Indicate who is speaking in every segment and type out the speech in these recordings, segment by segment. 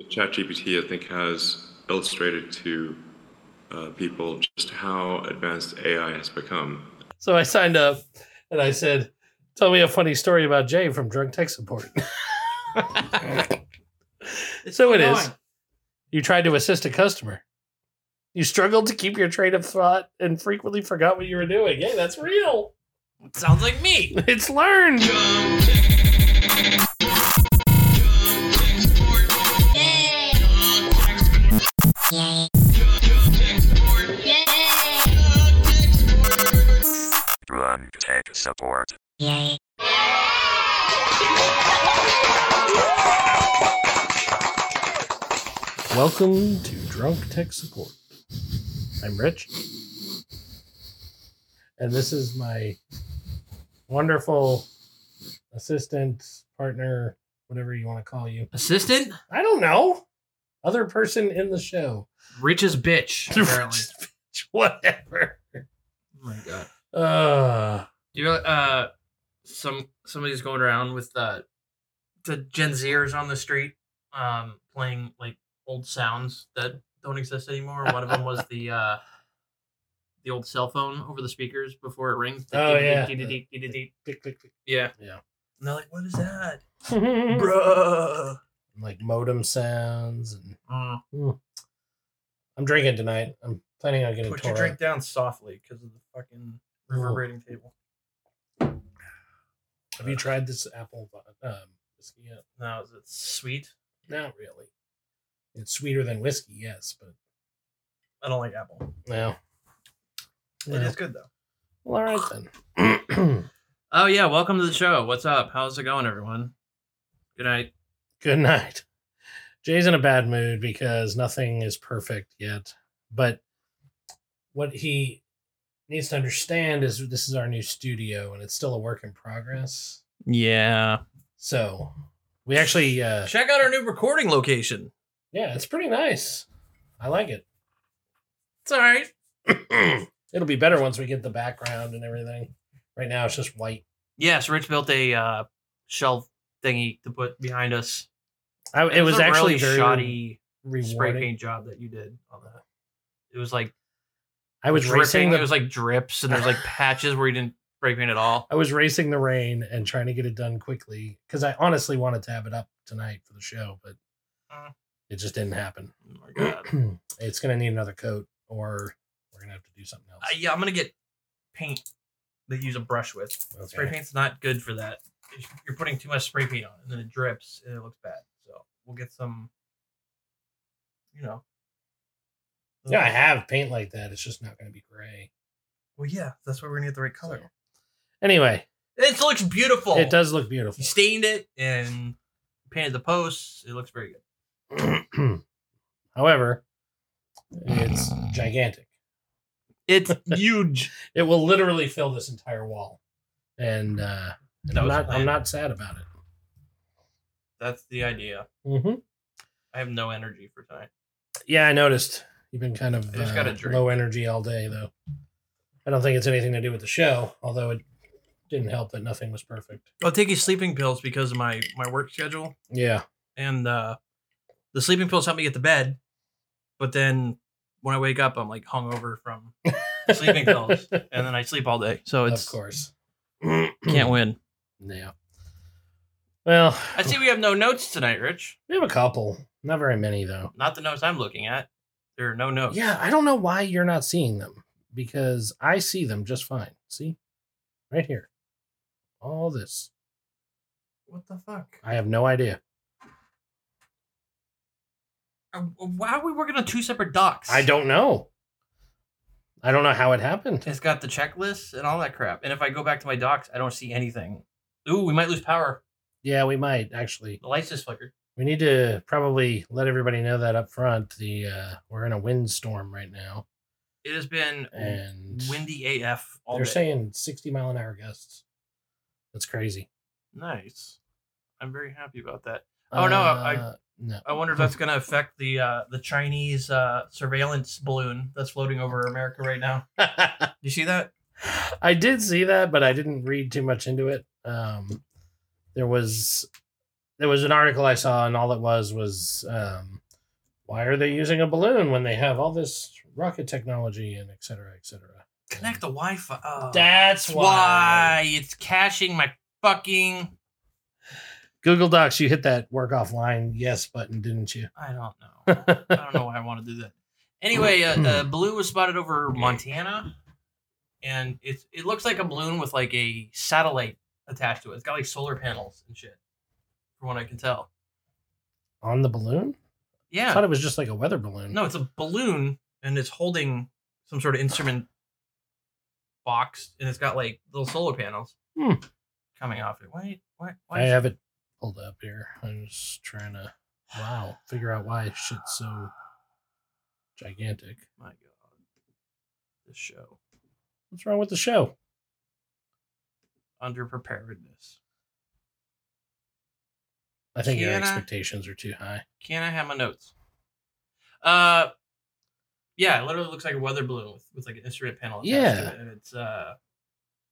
Speaker 1: ChatGPT, I think, has illustrated to uh, people just how advanced AI has become.
Speaker 2: So I signed up and I said, Tell me a funny story about Jay from Drunk Tech Support. so it is. You tried to assist a customer. You struggled to keep your train of thought and frequently forgot what you were doing. Hey, that's real.
Speaker 3: Sounds like me.
Speaker 2: It's learned.
Speaker 4: Run tech support.
Speaker 2: Welcome to Drunk Tech Support. I'm Rich. And this is my wonderful assistant, partner, whatever you want to call you.
Speaker 3: Assistant?
Speaker 2: I don't know. Other person in the show.
Speaker 3: Rich's bitch, apparently.
Speaker 2: Whatever.
Speaker 3: oh my god.
Speaker 2: Uh,
Speaker 3: Do you know uh some somebody's going around with the the Gen Zers on the street um playing like old sounds that don't exist anymore. One of them was the uh the old cell phone over the speakers before it rings.
Speaker 2: Oh, yeah.
Speaker 3: yeah.
Speaker 2: click, click, click. Yeah.
Speaker 3: And they're like, what is that?
Speaker 2: And
Speaker 3: Bruh.
Speaker 2: like modem sounds. And
Speaker 3: Mm.
Speaker 2: I'm drinking tonight. I'm planning on getting
Speaker 3: Put your
Speaker 2: Toro.
Speaker 3: drink down softly because of the fucking reverberating table.
Speaker 2: Have you tried this apple vi- um, whiskey yet?
Speaker 3: No, is it sweet?
Speaker 2: Not really. It's sweeter than whiskey, yes, but
Speaker 3: I don't like apple.
Speaker 2: no.
Speaker 3: It is good though.
Speaker 2: Well, all right then.
Speaker 3: Oh yeah, welcome to the show. What's up? How's it going, everyone? Good night.
Speaker 2: Good night. Jay's in a bad mood because nothing is perfect yet. But what he needs to understand is this is our new studio and it's still a work in progress.
Speaker 3: Yeah.
Speaker 2: So we actually, uh,
Speaker 3: Check out our new recording location.
Speaker 2: yeah, it's pretty nice. I like it.
Speaker 3: It's all right.
Speaker 2: It'll be better once we get the background and everything. Right now, it's just white.
Speaker 3: Yes, Rich built a uh, shelf thingy to put behind us.
Speaker 2: I, it, was,
Speaker 3: a
Speaker 2: actually
Speaker 3: really
Speaker 2: very
Speaker 3: shoddy spray
Speaker 2: rewarding.
Speaker 3: paint job that you did on that. It was like
Speaker 2: I was
Speaker 3: dripping.
Speaker 2: racing the
Speaker 3: It was like drips, and there's like patches where you didn't spray paint at all.
Speaker 2: I was racing the rain and trying to get it done quickly because I honestly wanted to have it up tonight for the show, but
Speaker 3: Mm.
Speaker 2: it just didn't happen.
Speaker 3: Oh my god.
Speaker 2: it's gonna need another coat, or we're gonna have to do something else.
Speaker 3: Uh, yeah, I'm gonna get paint that you use a brush with.
Speaker 2: Okay.
Speaker 3: Spray paint's not good for that. If You're putting too much spray paint on, it, and then it drips, and it looks bad. So we'll get some, you know.
Speaker 2: Yeah, I have paint like that. It's just not gonna be gray.
Speaker 3: Well, yeah, that's why we're gonna get the right color.
Speaker 2: Anyway,
Speaker 3: It looks beautiful.
Speaker 2: it does look beautiful.
Speaker 3: You stained it and painted the posts. It looks very good.
Speaker 2: However, it's gigantic.
Speaker 3: It's huge.
Speaker 2: It will literally fill this entire wall, and, uh, and
Speaker 3: That
Speaker 2: I'm
Speaker 3: was the
Speaker 2: not I'm
Speaker 3: plan.
Speaker 2: not sad about it.
Speaker 3: That's the idea.
Speaker 2: Mm-hmm.
Speaker 3: I have no energy for tonight.
Speaker 2: Yeah, I noticed. You've been kind of
Speaker 3: I just
Speaker 2: uh,
Speaker 3: got a drink.
Speaker 2: low energy all day, though. I don't think it's anything to do with the show, although it didn't help that nothing was perfect.
Speaker 3: I'm taking sleeping pills because of my my work schedule.
Speaker 2: Yeah.
Speaker 3: and uh, the sleeping pills help me get to bed. But then when I wake up, I'm like hungover from the sleeping pills, and then I sleep all day. So
Speaker 2: of
Speaker 3: it's
Speaker 2: course. Mm.
Speaker 3: can't win.
Speaker 2: Yeah. Well,
Speaker 3: I see we have no notes tonight, Rich.
Speaker 2: we have a couple. Not very many, though.
Speaker 3: Not the notes I'm looking at. There are no notes.
Speaker 2: Yeah, I don't know why you're not seeing them because I see them just fine. See? Right here. All this.
Speaker 3: What the fuck?
Speaker 2: I have no idea.
Speaker 3: Uh, Why are we working on two separate docs?
Speaker 2: I don't know. I don't know how it happened.
Speaker 3: It's got the checklist and all that crap. And if I go back to my docs, I don't see anything. Ooh, we might lose power.
Speaker 2: Yeah, we might actually.
Speaker 3: The lights just flickered.
Speaker 2: We need to probably let everybody know that up front. The uh, we're in a windstorm right now,
Speaker 3: It has been
Speaker 2: and
Speaker 3: windy AF all
Speaker 2: they're
Speaker 3: day.
Speaker 2: saying sixty mile an hour gusts. That's crazy.
Speaker 3: nice. I'm very happy about that. Oh, no, I-
Speaker 2: Uh, no.
Speaker 3: I wonder if that's going to affect the uh, the Chinese uh, surveillance balloon that's floating over America right now. You see that?
Speaker 2: I did see that, but I didn't read too much into it. Um, there was there was an article I saw, and all it was was, um, why are they using a balloon when they have all this rocket technology and et cetera, et cetera.
Speaker 3: Connect the Wi-Fi. Oh,
Speaker 2: That's
Speaker 3: that's
Speaker 2: why.
Speaker 3: why it's caching my fucking.
Speaker 2: Google Docs, you hit that work offline yes button, didn't you?
Speaker 3: I don't know. I don't know why I want to do that. Anyway, uh, uh, blue was spotted over Montana, and it's it looks like a balloon with like a satellite attached to it. It's got like solar panels and shit, from what I can tell.
Speaker 2: On the balloon? I
Speaker 3: Yeah,
Speaker 2: thought it was just like a weather balloon.
Speaker 3: no, it's a balloon, and it's holding some sort of instrument box, and it's got like little solar panels
Speaker 2: Hmm.
Speaker 3: coming off it. Wait, what?
Speaker 2: I have it pulled up here. I'm just trying to wow figure out why shit's so gigantic.
Speaker 3: My God, this show
Speaker 2: What's wrong with the show?
Speaker 3: under preparedness.
Speaker 2: I think your
Speaker 3: Kiana?
Speaker 2: expectations are too high.
Speaker 3: Can I have my notes? Uh, yeah, it literally looks like a weather balloon with, with like an instrument panel. attached
Speaker 2: Yeah.
Speaker 3: to it, and it's uh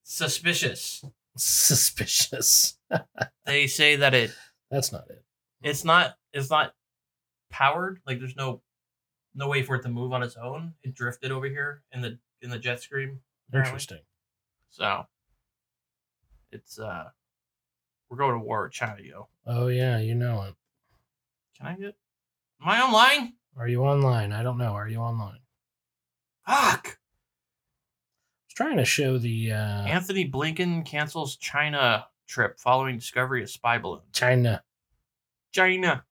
Speaker 3: suspicious.
Speaker 2: Suspicious.
Speaker 3: They say that it
Speaker 2: That's not it.
Speaker 3: it's not it's not powered. Like there's no no way for it to move on its own. It drifted over here in the in the jet stream. apparently.
Speaker 2: Interesting.
Speaker 3: So it's uh we're going to war with China, yo.
Speaker 2: Oh yeah, you know it.
Speaker 3: Can I get am I online?
Speaker 2: Are you online? I don't know. Are you online? I was
Speaker 3: Fuck.
Speaker 2: trying to show the uh,
Speaker 3: Anthony Blinken cancels China trip following discovery of spy balloon.
Speaker 2: China.
Speaker 3: China.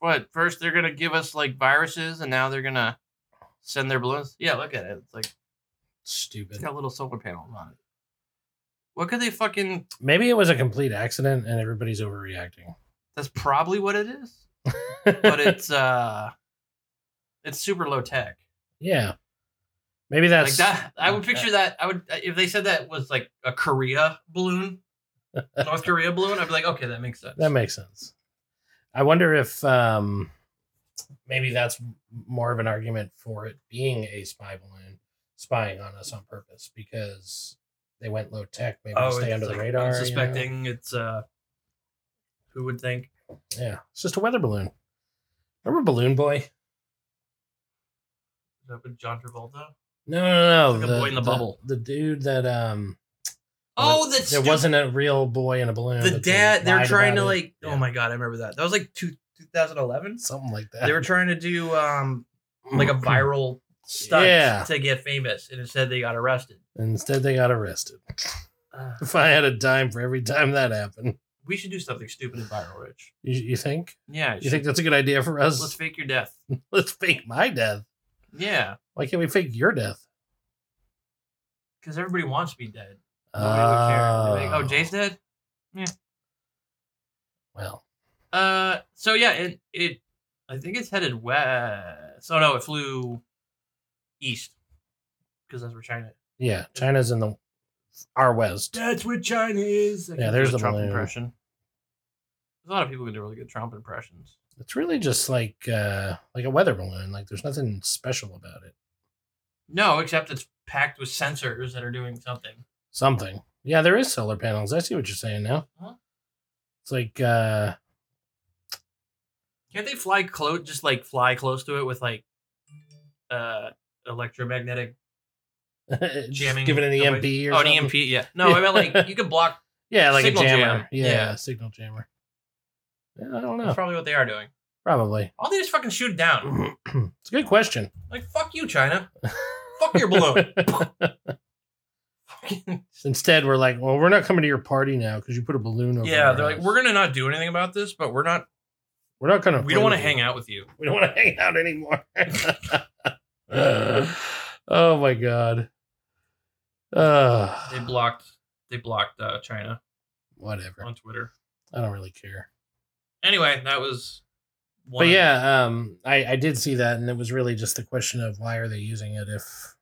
Speaker 3: What? First they're gonna give us like viruses, and now they're gonna send their balloons. Yeah, look at it. It's like it's
Speaker 2: Stupid.
Speaker 3: got little solar panels on it. What could they fucking?
Speaker 2: Maybe it was a complete accident and everybody's overreacting.
Speaker 3: That's probably what it is. But it's uh, it's super low tech.
Speaker 2: yeah. Maybe that's
Speaker 3: Like that, I would
Speaker 2: okay.
Speaker 3: picture that. I would if they said that was like a Korea balloon, North Korea balloon. I'd be like, okay, that makes sense.
Speaker 2: That makes sense. I wonder if um, maybe that's m- more of an argument for it being a spy balloon spying on us on purpose because they went low tech, maybe to stay
Speaker 3: Oh, it's
Speaker 2: under the
Speaker 3: like
Speaker 2: radar. you know?
Speaker 3: Unsuspecting. It's uh, who would think?
Speaker 2: Yeah, it's just a weather balloon. Remember Balloon Boy?
Speaker 3: Is that with John Travolta?
Speaker 2: No, no, no.
Speaker 3: It's like a boy in the bubble.
Speaker 2: The dude that um.
Speaker 3: Oh,
Speaker 2: was-
Speaker 3: that's
Speaker 2: there wasn't a real boy in a balloon.
Speaker 3: the
Speaker 2: but they
Speaker 3: dad they were
Speaker 2: lied
Speaker 3: trying to
Speaker 2: about it.
Speaker 3: like
Speaker 2: Yeah,
Speaker 3: oh my god i remember that that was like two, 2011
Speaker 2: something like that.
Speaker 3: they were trying to do um like a viral stunt
Speaker 2: Yeah.
Speaker 3: to get famous and instead they got arrested
Speaker 2: Instead, they got arrested.
Speaker 3: uh,
Speaker 2: If I had a dime for every time that happened,
Speaker 3: we should do something stupid and viral rich
Speaker 2: you, you think?
Speaker 3: yeah
Speaker 2: You think that's a good idea for us?
Speaker 3: let's fake your death
Speaker 2: Let's fake my death.
Speaker 3: yeah
Speaker 2: Why can't we fake your death?
Speaker 3: because everybody wants to be dead Nobody would care. They'd be
Speaker 2: Ah,
Speaker 3: like, oh jay's dead
Speaker 2: Well,
Speaker 3: Uh, so yeah, it it I think it's headed west. Oh no, it flew east because that's where China.
Speaker 2: yeah, China's in the our west.
Speaker 3: That's where China is. I
Speaker 2: Yeah,
Speaker 3: can
Speaker 2: there's
Speaker 3: do a
Speaker 2: the
Speaker 3: Trump
Speaker 2: balloon.
Speaker 3: impression. There's a lot of people who do really good Trump impressions.
Speaker 2: It's really just like uh like a weather balloon. Like there's nothing special about it.
Speaker 3: No, except it's packed with sensors that are doing something.
Speaker 2: Something. Yeah, there is solar panels. I see what you're saying now.
Speaker 3: Huh?
Speaker 2: It's like uh
Speaker 3: Can't they fly close? Just like fly close to it with like uh electromagnetic
Speaker 2: just
Speaker 3: jamming.
Speaker 2: give it an
Speaker 3: device?
Speaker 2: EMP or
Speaker 3: oh, an
Speaker 2: something.
Speaker 3: EMP. Yeah. No, I meant like you could block.
Speaker 2: Yeah, like a
Speaker 3: Signal
Speaker 2: jammer.
Speaker 3: jam.
Speaker 2: Yeah,
Speaker 3: Yeah.
Speaker 2: a signal jammer. Yeah, I don't
Speaker 3: That's
Speaker 2: know.
Speaker 3: probably what they are doing.
Speaker 2: Probably.
Speaker 3: All they just fucking shoot it down.
Speaker 2: it's a good question.
Speaker 3: Like, fuck you, China. fuck your balloon. Fucking-
Speaker 2: Instead, we're like, well, we're not coming to your party now because you put a balloon over.
Speaker 3: yeah,
Speaker 2: our
Speaker 3: they're like,
Speaker 2: house.
Speaker 3: we're gonna not do anything about this, but we're not.
Speaker 2: we're not gonna.
Speaker 3: We don't want to hang out with you.
Speaker 2: We don't want to hang out anymore. oh my god.
Speaker 3: They
Speaker 2: Uh,
Speaker 3: blocked. They blocked uh, China
Speaker 2: whatever.
Speaker 3: on Twitter.
Speaker 2: I don't really care.
Speaker 3: Anyway, that was. One
Speaker 2: But yeah, um, I I did see that, and it was really just the question of why are they using it if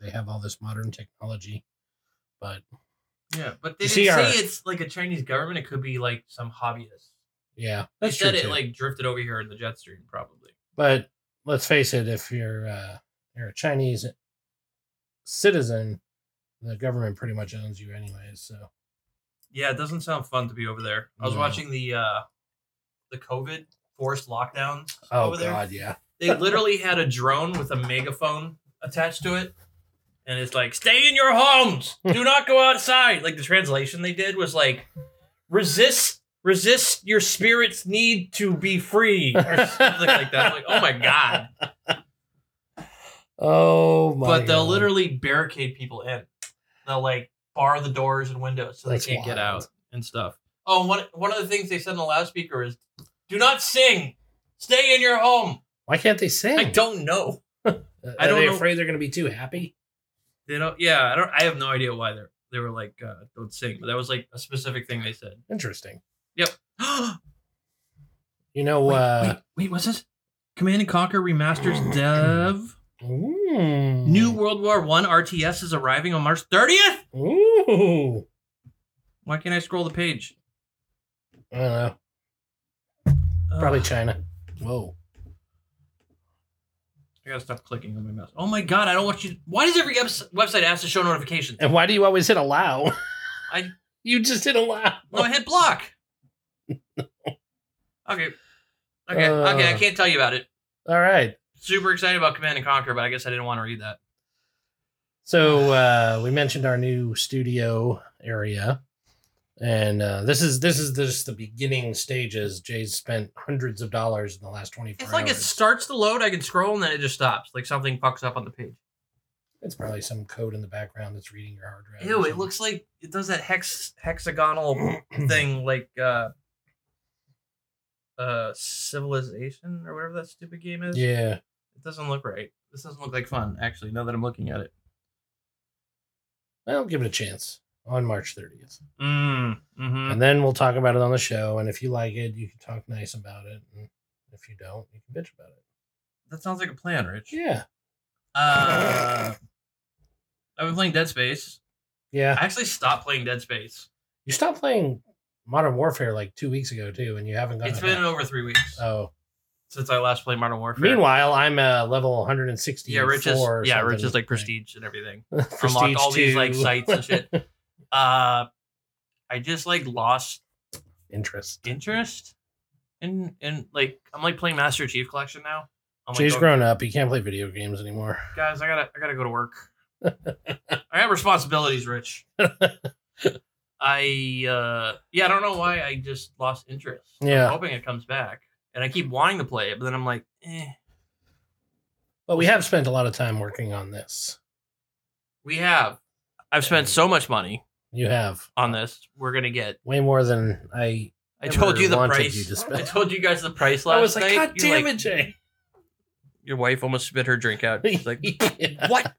Speaker 2: they have all this modern technology. But
Speaker 3: yeah. But they
Speaker 2: You
Speaker 3: didn't
Speaker 2: see
Speaker 3: say
Speaker 2: our-
Speaker 3: it's like a Chinese government. It could be like some hobbyist.
Speaker 2: yeah,
Speaker 3: They
Speaker 2: that's true
Speaker 3: said it
Speaker 2: too.
Speaker 3: like drifted over here in the jet stream, probably.
Speaker 2: But let's face it, if you're uh, you're a Chinese citizen, the government pretty much owns you anyway. So
Speaker 3: Yeah, it doesn't sound fun to be over there. I was
Speaker 2: No.
Speaker 3: watching the uh the COVID forced lockdowns
Speaker 2: Oh
Speaker 3: over there.
Speaker 2: God, yeah.
Speaker 3: They literally had a drone with a megaphone attached to it. And it's like, stay in your homes.
Speaker 2: Hmm.
Speaker 3: Do not go outside. Like the translation they did was like, resist resist your spirit's need to be free or something like that. I'm like, oh my god.
Speaker 2: Oh my.
Speaker 3: but they'll
Speaker 2: God.
Speaker 3: literally barricade people in. They'll like bar the doors and windows so
Speaker 2: That's
Speaker 3: they can't get
Speaker 2: wild.
Speaker 3: out and stuff. Oh, and one one of the things they said in the loudspeaker is, "Do not sing. Stay in your home."
Speaker 2: Why can't they sing? Uh,
Speaker 3: I don't know.
Speaker 2: Are
Speaker 3: I don't
Speaker 2: they
Speaker 3: know.
Speaker 2: afraid they're going to be too happy?
Speaker 3: They don't. Yeah, I don't. I have no idea why they are they were like, uh, "Don't sing," but that was like a specific thing they said.
Speaker 2: Interesting.
Speaker 3: wait,
Speaker 2: You know, uh,
Speaker 3: wait, wait, what's this? Command and Conquer
Speaker 2: Oh,
Speaker 3: remasters dev.
Speaker 2: ooh.
Speaker 3: New World War One RTS is arriving on March 30th.
Speaker 2: Ooh.
Speaker 3: Why can't I scroll the page?
Speaker 2: I don't know. Probably
Speaker 3: Ugh.
Speaker 2: China. Whoa.
Speaker 3: I gotta stop clicking on my mouse. Oh my god, I don't want you. Why does every eps- website ask to show notifications?
Speaker 2: And why do you always hit allow?
Speaker 3: I-
Speaker 2: you just hit allow.
Speaker 3: No, I hit block. Okay. Okay, okay, I
Speaker 2: Uh.
Speaker 3: can't tell you about it.
Speaker 2: All right.
Speaker 3: Super excited about Command and Conquer, but I guess I didn't want to read that.
Speaker 2: So uh, we mentioned our new studio area, and uh, this is this is just the beginning stages. Jay's spent hundreds of dollars in the last twenty four
Speaker 3: It's
Speaker 2: hours.
Speaker 3: like it starts to load, I can scroll, and then it just stops. Like something fucks up on the page.
Speaker 2: It's probably some code in the background that's reading your hard drive. or
Speaker 3: Ew, it
Speaker 2: something.
Speaker 3: looks like it does that hex hexagonal thing like uh uh civilization or whatever that stupid game is.
Speaker 2: Yeah.
Speaker 3: It doesn't look right. This doesn't look like fun, actually, now that I'm looking at it.
Speaker 2: Well, give it a chance on March thirtieth,
Speaker 3: Mm, mm-hmm.
Speaker 2: and then we'll talk about it on the show. And if you like it, you can talk nice about it. And if you don't, you can bitch about it.
Speaker 3: That sounds like a plan, Rich.
Speaker 2: Yeah.
Speaker 3: Uh, I've been playing Dead Space.
Speaker 2: Yeah.
Speaker 3: I actually stopped playing Dead Space.
Speaker 2: You stopped playing Modern Warfare like two weeks ago too, and you haven't gone.
Speaker 3: It's been
Speaker 2: back.
Speaker 3: over three weeks
Speaker 2: oh.
Speaker 3: since I last played Modern Warfare.
Speaker 2: Meanwhile, I'm uh, level 160.
Speaker 3: yeah, Rich is yeah, Rich is like prestige and everything.
Speaker 2: prestige
Speaker 3: Unlocked all these like
Speaker 2: two.
Speaker 3: sites and shit. Uh, I just like lost
Speaker 2: Interest.
Speaker 3: interest in in like I'm like playing Master Chief Collection now. I'm
Speaker 2: Jay's
Speaker 3: like,
Speaker 2: grown up. He can't play video games anymore.
Speaker 3: guys, I gotta I gotta go to work. I have responsibilities, Rich. I uh yeah, I don't know why I just lost interest.
Speaker 2: Yeah.
Speaker 3: I'm hoping it Oh, comes back. And I keep wanting to play it, but then I'm like, eh.
Speaker 2: But we have spent a lot of time working on this.
Speaker 3: We have. I've spent so much money
Speaker 2: You have
Speaker 3: on this. We're gonna get
Speaker 2: way more than I.
Speaker 3: I
Speaker 2: ever
Speaker 3: told you the
Speaker 2: wanted
Speaker 3: price.
Speaker 2: You to
Speaker 3: I
Speaker 2: spend.
Speaker 3: told you guys the price last
Speaker 2: I was like,
Speaker 3: night.
Speaker 2: God
Speaker 3: You're
Speaker 2: damn
Speaker 3: like-
Speaker 2: it, Jay.
Speaker 3: Your wife almost spit her drink out. She's like,
Speaker 2: Yeah.
Speaker 3: What?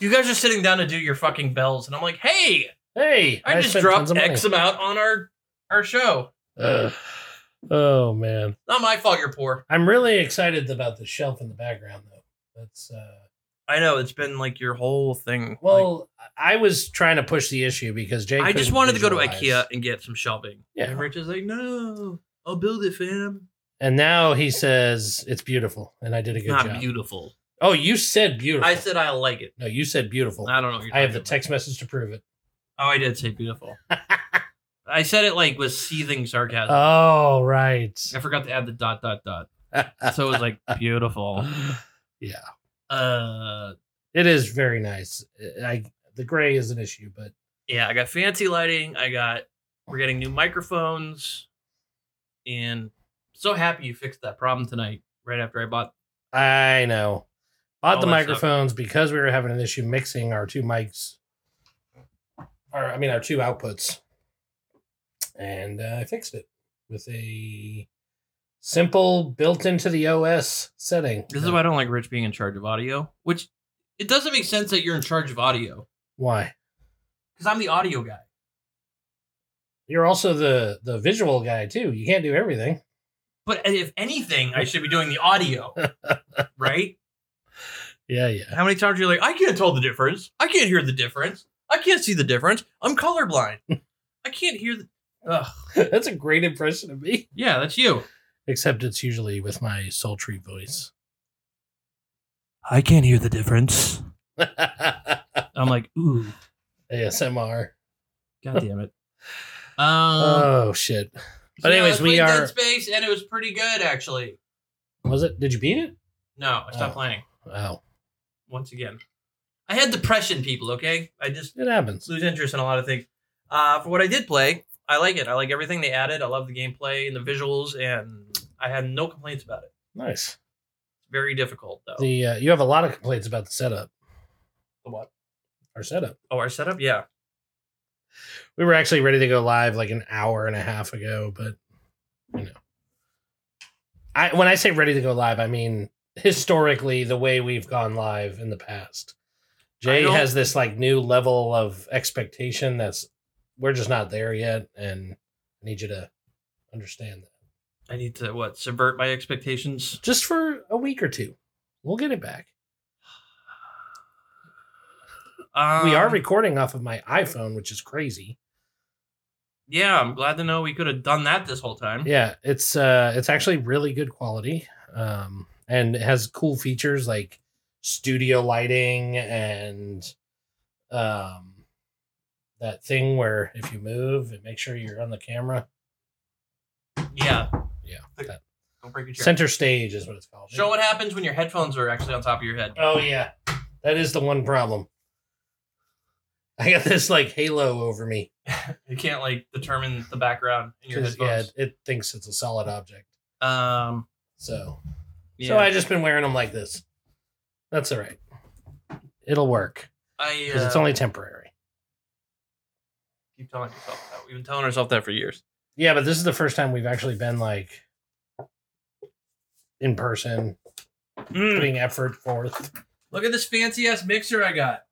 Speaker 3: You guys are sitting down to do your fucking bells, and I'm like, hey,
Speaker 2: Hey,
Speaker 3: I, just
Speaker 2: spent tons
Speaker 3: dropped
Speaker 2: of money.
Speaker 3: X amount on our our show.
Speaker 2: Ugh. oh man.
Speaker 3: Not my fault you're poor.
Speaker 2: I'm really excited about the shelf in the background, though. That's uh,
Speaker 3: I know it's been like your whole thing.
Speaker 2: well, I was trying to push the issue because Jake.
Speaker 3: I just
Speaker 2: couldn't
Speaker 3: wanted to go to IKEA
Speaker 2: visualize.
Speaker 3: and get some shelving.
Speaker 2: Yeah.
Speaker 3: And Rich is like, no, I'll build it, fam.
Speaker 2: and now he says it's beautiful, and I did a
Speaker 3: It's
Speaker 2: good
Speaker 3: not
Speaker 2: job.
Speaker 3: beautiful.
Speaker 2: oh, you said beautiful.
Speaker 3: I said I like it.
Speaker 2: no. You said beautiful.
Speaker 3: I don't know. What you're
Speaker 2: I have the
Speaker 3: talking
Speaker 2: text message to prove it.
Speaker 3: about. Oh, I did say beautiful. I said it like with seething sarcasm.
Speaker 2: Oh, right.
Speaker 3: I forgot to add the dot dot dot.
Speaker 2: uh,
Speaker 3: So it was like beautiful.
Speaker 2: yeah,
Speaker 3: Uh,
Speaker 2: it is very nice. I the gray is an issue, but
Speaker 3: yeah. I got fancy lighting. I got. We're getting new microphones, and so happy you fixed that problem tonight. Right after I bought
Speaker 2: I know. Bought
Speaker 3: All
Speaker 2: the
Speaker 3: that stuff.
Speaker 2: microphones because we were having an issue mixing our two mics, or I mean our two outputs, and uh, I fixed it with a simple built into the OS setting.
Speaker 3: This is why I don't like Rich being in charge of audio, which it doesn't make sense that you're in charge of audio
Speaker 2: Why?
Speaker 3: because I'm the audio guy.
Speaker 2: You're also the the visual guy too. You can't do everything.
Speaker 3: But if anything, I should be doing the audio, right?
Speaker 2: Yeah, yeah.
Speaker 3: How many times are you like, I can't tell the difference. I can't hear the difference. I can't see the difference. I'm colorblind. I can't hear the. Ugh.
Speaker 2: That's a great impression of me.
Speaker 3: Yeah, that's you.
Speaker 2: Except it's usually with my sultry voice.
Speaker 3: I can't hear the difference.
Speaker 2: ASMR.
Speaker 3: I'm like, ooh, god damn it. Um,
Speaker 2: Uh, oh shit. But
Speaker 3: Yeah, I
Speaker 2: anyways, we
Speaker 3: played
Speaker 2: are.
Speaker 3: Dead Space, and it was pretty good actually.
Speaker 2: Was it? Did you beat it?
Speaker 3: No, I stopped
Speaker 2: Oh.
Speaker 3: playing
Speaker 2: Oh,
Speaker 3: once again. I had depression, people. Okay, I just
Speaker 2: it happens.
Speaker 3: lose interest in a lot of things. Uh, for what I did play, I like it. I like everything they added. I love the gameplay and the visuals, and I had no complaints about it.
Speaker 2: Nice.
Speaker 3: It's very difficult though.
Speaker 2: The uh, you have a lot of complaints about the setup.
Speaker 3: The what?
Speaker 2: Our setup.
Speaker 3: Oh, our setup. Yeah,
Speaker 2: We were actually ready to go live like an hour and a half ago, but you know, I when I say ready to go live, I mean historically the way we've gone live in the past.
Speaker 3: I
Speaker 2: Jay
Speaker 3: don't-
Speaker 2: has this like new level of expectation that's we're just not there yet, and I need you to understand that.
Speaker 3: I need to what subvert my expectations.
Speaker 2: Just for a week or two, we'll get it back.
Speaker 3: Um,
Speaker 2: we are recording off of my iPhone, which is crazy.
Speaker 3: yeah, I'm glad to know we could have done that this whole time.
Speaker 2: Yeah, it's uh it's actually really good quality. Um and it has cool features like studio lighting and um that thing where if you move it makes sure you're on the camera.
Speaker 3: Yeah.
Speaker 2: Yeah.
Speaker 3: Okay.
Speaker 2: that-
Speaker 3: Don't break your chair.
Speaker 2: Center stage is what it's called.
Speaker 3: Show what happens when your headphones are actually on top of your head.
Speaker 2: Oh yeah. That is the one problem. I got this like halo over me.
Speaker 3: You can't like determine the background in your
Speaker 2: 'cause, Yeah,
Speaker 3: headphones.
Speaker 2: it thinks it's a solid object.
Speaker 3: Um.
Speaker 2: So
Speaker 3: Yeah.
Speaker 2: So I just been wearing them like this. That's all right. It'll work
Speaker 3: I
Speaker 2: because it's
Speaker 3: uh,
Speaker 2: only temporary.
Speaker 3: keep telling yourself that. We've been telling ourselves that for years.
Speaker 2: Yeah, but this is the first time we've actually been like in person,
Speaker 3: Hmm.
Speaker 2: putting effort forth.
Speaker 3: Mm, Look at this fancy ass mixer I got.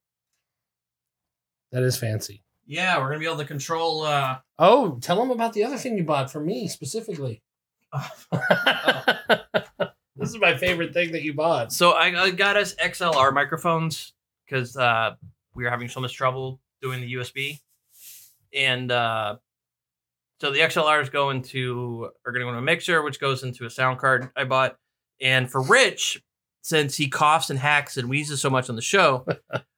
Speaker 2: That is fancy.
Speaker 3: Yeah, we're gonna be able to control. uh
Speaker 2: Oh, tell them about the other thing you bought for me specifically. this is my favorite thing that you bought.
Speaker 3: So I, I got us XLR microphones because uh, we were having so much trouble doing the USB, and uh, so the XLRs go into are going to go into a mixer, which goes into a sound card I bought. And for Rich, since he coughs and hacks and wheezes so much on the show,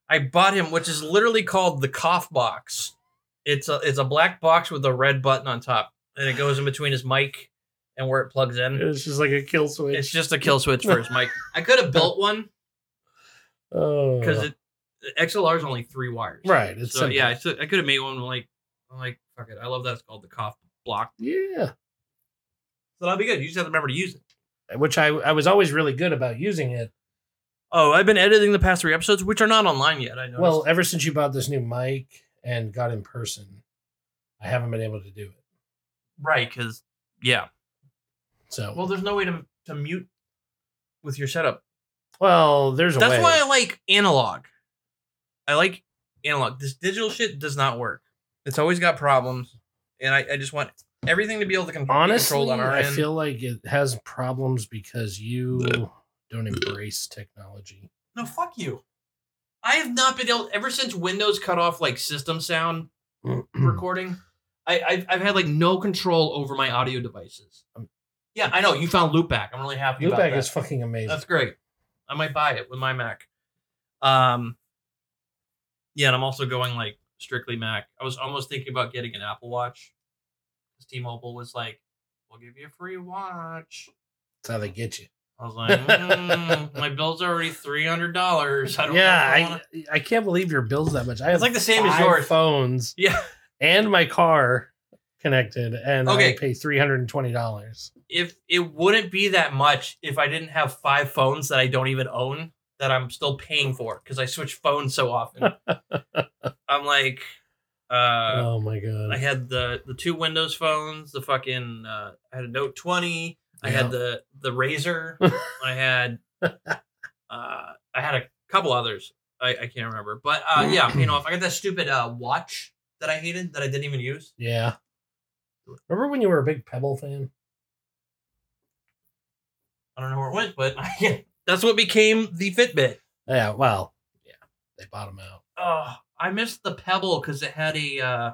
Speaker 3: I bought him, which is literally called the cough box. It's a it's a black box with a red button on top, and it goes in between his mic and where it plugs in.
Speaker 2: It's just like a kill switch.
Speaker 3: It's just a kill switch for his mic. I could have built one
Speaker 2: oh,
Speaker 3: because it XLR is only three wires.
Speaker 2: right. It's
Speaker 3: so
Speaker 2: simple.
Speaker 3: yeah, I, took- I could have made one like I'm like fuck it. I love that it's called the cough block.
Speaker 2: yeah.
Speaker 3: So that'll be good. You just have to remember to use it.
Speaker 2: Which I I was always really good about using it.
Speaker 3: Oh, I've been editing the past three episodes, which are not online yet. I know.
Speaker 2: Well, ever since you bought this new mic and got in person, I haven't been able to do it.
Speaker 3: right, because yeah.
Speaker 2: So
Speaker 3: Well,
Speaker 2: well,
Speaker 3: there's no way to to mute with your setup.
Speaker 2: there's a
Speaker 3: That's
Speaker 2: way.
Speaker 3: why I like analog. I like analog. This digital shit does not work. It's always got problems, and I, I just want everything to be able to con- be
Speaker 2: honestly
Speaker 3: controlled on our
Speaker 2: I
Speaker 3: end.
Speaker 2: feel like it has problems because you don't embrace technology.
Speaker 3: No, fuck you. I have not been able ever since Windows cut off like system sound
Speaker 2: Hmm.
Speaker 3: recording. I, I've I've had like no control over my audio devices. Yeah, I know you found Loopback. I'm really happy about
Speaker 2: Loopback
Speaker 3: that.
Speaker 2: is fucking amazing.
Speaker 3: That's great. I might buy it with my Mac. Um, yeah, and I'm also going like strictly Mac. I was almost thinking about getting an Apple Watch. 'Cause T-Mobile was like, "We'll give you a free watch."
Speaker 2: That's how they get you.
Speaker 3: I was like, mm, "My bill's already three hundred dollars." I don't know if I wanna-
Speaker 2: Yeah, I I can't believe your bills that much. I have
Speaker 3: like the same as
Speaker 2: five
Speaker 3: yours.
Speaker 2: Phones
Speaker 3: Yeah.
Speaker 2: and my car connected, and
Speaker 3: Okay.
Speaker 2: I pay three hundred and twenty dollars.
Speaker 3: If it wouldn't be that much if I didn't have five phones that I don't even own that I'm still paying for because I switch phones so often. I'm like, uh,
Speaker 2: oh my
Speaker 3: I
Speaker 2: god!
Speaker 3: had the the two Windows phones, the fucking, uh, I had a Note 20, I
Speaker 2: Yeah.
Speaker 3: had the the Razor, I had, uh, I had a couple others. I, I can't remember, but uh, yeah, you know, if I got that stupid uh, watch that I hated that I didn't even use.
Speaker 2: Yeah. Remember when you were a big Pebble fan?
Speaker 3: I don't know where it went, but that's what became the Fitbit.
Speaker 2: Yeah, well, yeah, they bought him out.
Speaker 3: Oh, I missed the Pebble because it had a uh,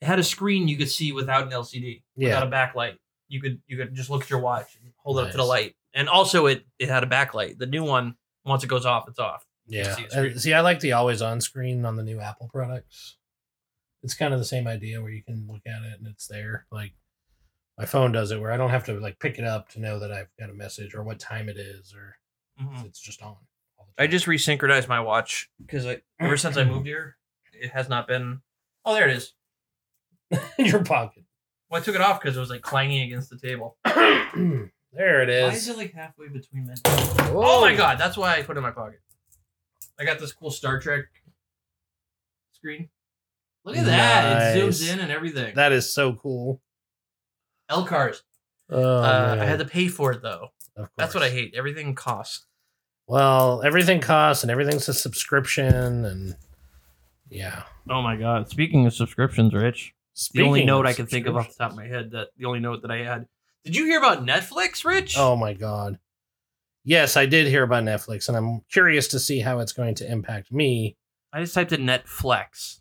Speaker 3: it had a screen you could see without an LCD,
Speaker 2: Yeah.
Speaker 3: without a backlight. You could you could just look at your watch and hold it up to the
Speaker 2: Nice.
Speaker 3: light. And also, it it had a backlight. The new one, once it goes off, it's off.
Speaker 2: Yeah.
Speaker 3: see the
Speaker 2: Uh,
Speaker 3: screen.
Speaker 2: see, I like the always on screen on the new Apple products. It's kind of the same idea where you can look at it and it's there. Like my phone does it where I don't have to like pick it up to know that I've got a message or what time it is or
Speaker 3: Mhm.
Speaker 2: it's just on. All the
Speaker 3: I just resynchronized my watch because ever since I moved here, it has not been. Oh, there it is.
Speaker 2: in your pocket.
Speaker 3: Well, I took it off because it was like clanging against the table.
Speaker 2: there it
Speaker 3: Why
Speaker 2: is.
Speaker 3: is it like halfway between men? Oh my god, that's why I put it in my pocket. I got this cool Star Trek screen. Look at that. It
Speaker 2: Nice.
Speaker 3: zooms in and everything.
Speaker 2: That is so cool.
Speaker 3: L cars.
Speaker 2: Oh,
Speaker 3: uh, I
Speaker 2: man.
Speaker 3: had to pay for it though.
Speaker 2: Of
Speaker 3: That's what I
Speaker 2: course.
Speaker 3: hate. Everything costs.
Speaker 2: Well, everything costs and everything's a subscription and yeah.
Speaker 3: Oh my god. Speaking of subscriptions, Rich. The only
Speaker 2: Speaking
Speaker 3: note
Speaker 2: of
Speaker 3: I can think of off the top of my head that the only note that I had. Did you hear about Netflix, Rich?
Speaker 2: Oh my god. Yes, I did hear about Netflix and I'm curious to see how it's going to impact me.
Speaker 3: I just typed in Netflix.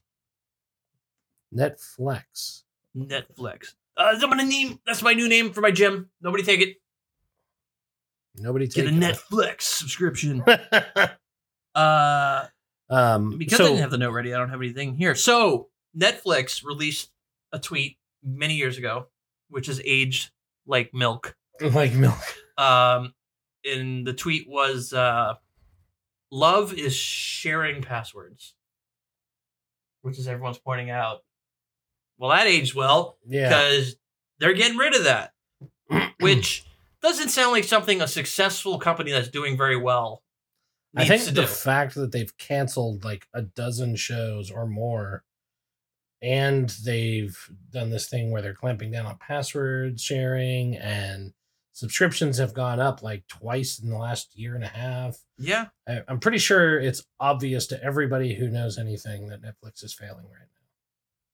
Speaker 2: Netflix.
Speaker 3: Netflix. Uh, I'm gonna name. That's my new name for my gym. Nobody take it.
Speaker 2: Nobody
Speaker 3: Get
Speaker 2: take
Speaker 3: a
Speaker 2: it.
Speaker 3: Netflix subscription. Uh,
Speaker 2: um
Speaker 3: because I
Speaker 2: so-
Speaker 3: didn't have the note ready, I don't have anything here. So Netflix released a tweet many years ago, which is aged like milk.
Speaker 2: like milk.
Speaker 3: Um, and the tweet was, uh, "Love is sharing passwords," which is everyone's pointing out. Well, that aged well
Speaker 2: Yeah.
Speaker 3: because they're getting rid of that, which doesn't sound like something a successful company that's doing very well
Speaker 2: I
Speaker 3: needs
Speaker 2: think
Speaker 3: to
Speaker 2: the
Speaker 3: do.
Speaker 2: fact that they've canceled like a dozen shows or more, and they've done this thing where they're clamping down on password sharing and subscriptions have gone up like twice in the last year and a half.
Speaker 3: yeah.
Speaker 2: I, I'm pretty sure it's obvious to everybody who knows anything that Netflix is failing right now.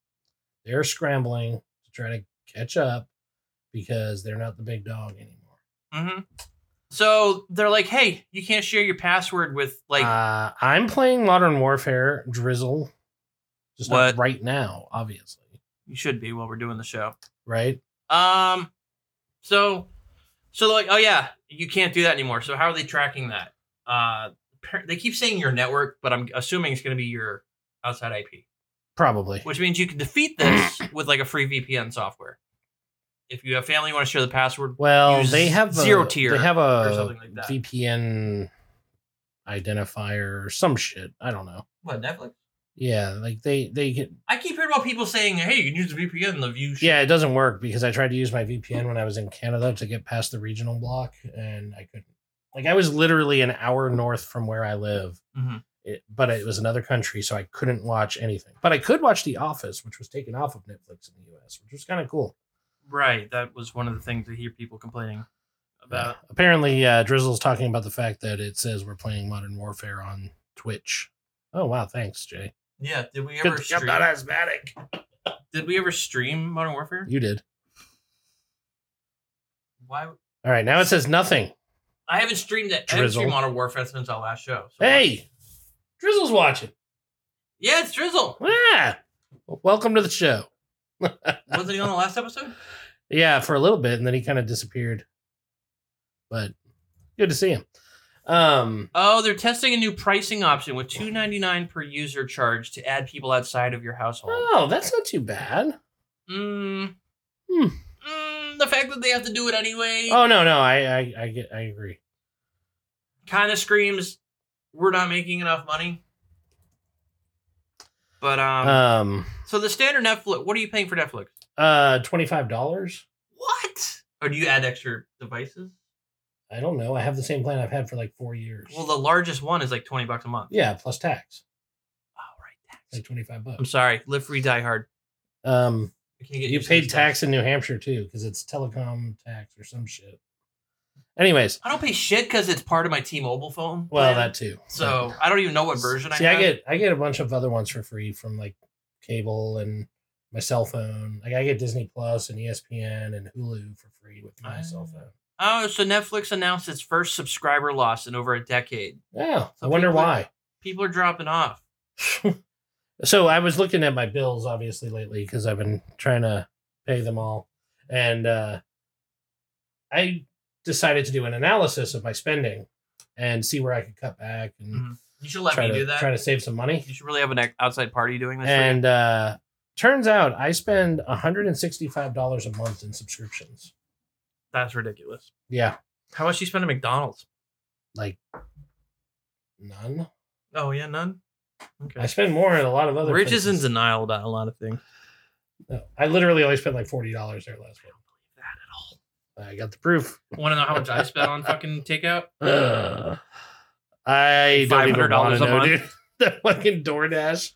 Speaker 2: They're scrambling to try to catch up because they're not the big dog anymore.
Speaker 3: hmm So they're like, hey, you can't share your password with like.
Speaker 2: uh, I'm playing Modern Warfare Drizzle, just not
Speaker 3: What?
Speaker 2: right now, obviously.
Speaker 3: you should be while we're doing the show.
Speaker 2: Right?
Speaker 3: Um, so, so they're like, oh yeah, you can't do that anymore. So how are they tracking that? Uh, par- they keep saying your network, but I'm assuming it's going to be your outside IP,
Speaker 2: Probably.
Speaker 3: which means you can defeat this with like a free VPN software. If you have family, you want to share the password.
Speaker 2: Well,
Speaker 3: use
Speaker 2: they have
Speaker 3: zero
Speaker 2: a,
Speaker 3: tier
Speaker 2: They have
Speaker 3: or
Speaker 2: a
Speaker 3: something like that.
Speaker 2: VPN identifier or some shit. I don't know.
Speaker 3: What Netflix?
Speaker 2: Yeah, like they they get,
Speaker 3: I keep hearing about people saying, hey, you can use the VPN and the view. shit."
Speaker 2: yeah, it doesn't work because I tried to use my VPN when I was in Canada to get past the regional block and I couldn't. Like I was literally an hour north from where I live.
Speaker 3: Mhm.
Speaker 2: It, but it was another country, so I couldn't watch anything. But I could watch The Office, which was taken off of Netflix in the US, which was kind of cool.
Speaker 3: Right. That was one of the things I hear people complaining about.
Speaker 2: Apparently, uh, Drizzle's talking about the fact that it says we're playing Modern Warfare on Twitch. Oh wow, thanks, Jay.
Speaker 3: Yeah, did we
Speaker 2: Good
Speaker 3: ever
Speaker 2: to get
Speaker 3: stream?
Speaker 2: that asthmatic.
Speaker 3: Did we ever stream Modern Warfare?
Speaker 2: You did.
Speaker 3: Why?
Speaker 2: All right, now it says nothing.
Speaker 3: I haven't streamed it. I haven't
Speaker 2: Drizzle.
Speaker 3: streamed Modern Warfare since our last show. so-
Speaker 2: Hey, Drizzle's watching.
Speaker 3: yeah, it's Drizzle.
Speaker 2: Yeah. Ah, Welcome to the show.
Speaker 3: Wasn't he on the last episode?
Speaker 2: Yeah, for a little bit, and then he kind of disappeared. But good to see him. Um,
Speaker 3: Oh, they're testing a new pricing option with two ninety nine per user charge to add people outside of your household.
Speaker 2: oh, that's not too bad.
Speaker 3: Mm.
Speaker 2: Hmm.
Speaker 3: Mm, the fact that they have to do it anyway
Speaker 2: Oh no, no, I, I, I get, I agree.
Speaker 3: kind of screams we're not making enough money. But um,
Speaker 2: Um,
Speaker 3: so the standard Netflix. What are you paying for Netflix?
Speaker 2: uh, twenty five dollars.
Speaker 3: What? Or Oh, do you add extra devices?
Speaker 2: I don't know. I have the same plan I've had for like four years.
Speaker 3: Well, the largest one is like 20 bucks a month.
Speaker 2: yeah, plus tax,
Speaker 3: Oh, right.
Speaker 2: like
Speaker 3: Tax.
Speaker 2: twenty five
Speaker 3: I'm
Speaker 2: bucks.
Speaker 3: sorry. Live free, die hard.
Speaker 2: Um,
Speaker 3: I can't get
Speaker 2: you
Speaker 3: used to this
Speaker 2: paid tax in New Hampshire too because it's telecom tax or some shit. Anyways,
Speaker 3: I don't pay shit because it's part of my T Mobile phone.
Speaker 2: well,
Speaker 3: plan.
Speaker 2: that too.
Speaker 3: So I don't even know what version
Speaker 2: See,
Speaker 3: I
Speaker 2: I
Speaker 3: have.
Speaker 2: get I get a bunch of other ones for free from like cable and my cell phone. Like I get Disney Plus and E ESPN and Hulu for free with my cell phone.
Speaker 3: Oh, so Netflix announced its first subscriber loss in over a decade.
Speaker 2: Yeah, I
Speaker 3: So
Speaker 2: wonder
Speaker 3: people are-
Speaker 2: why.
Speaker 3: People are dropping off.
Speaker 2: So I was looking at my bills obviously lately because I've been trying to pay them all, and uh, I decided to do an analysis of my spending and see where I could cut back and
Speaker 3: Mhm. You should let
Speaker 2: try
Speaker 3: me
Speaker 2: to
Speaker 3: do that.
Speaker 2: try to save some money.
Speaker 3: you should really have an outside party doing this. for you.
Speaker 2: And uh, turns out I spend $165 a month in subscriptions.
Speaker 3: That's ridiculous.
Speaker 2: Yeah,
Speaker 3: How much you spend at McDonald's?
Speaker 2: like none.
Speaker 3: Oh yeah, none.
Speaker 2: I
Speaker 3: Okay.
Speaker 2: spend more at a lot of other
Speaker 3: Rich is in
Speaker 2: places.
Speaker 3: denial about a lot of things.
Speaker 2: No, I literally only spent like $40 there last week. I got the proof.
Speaker 3: Want to know how much I spent on fucking takeout?
Speaker 2: Ugh. I don't even want
Speaker 3: $500
Speaker 2: to
Speaker 3: a
Speaker 2: know,
Speaker 3: month.
Speaker 2: dude. That fucking DoorDash.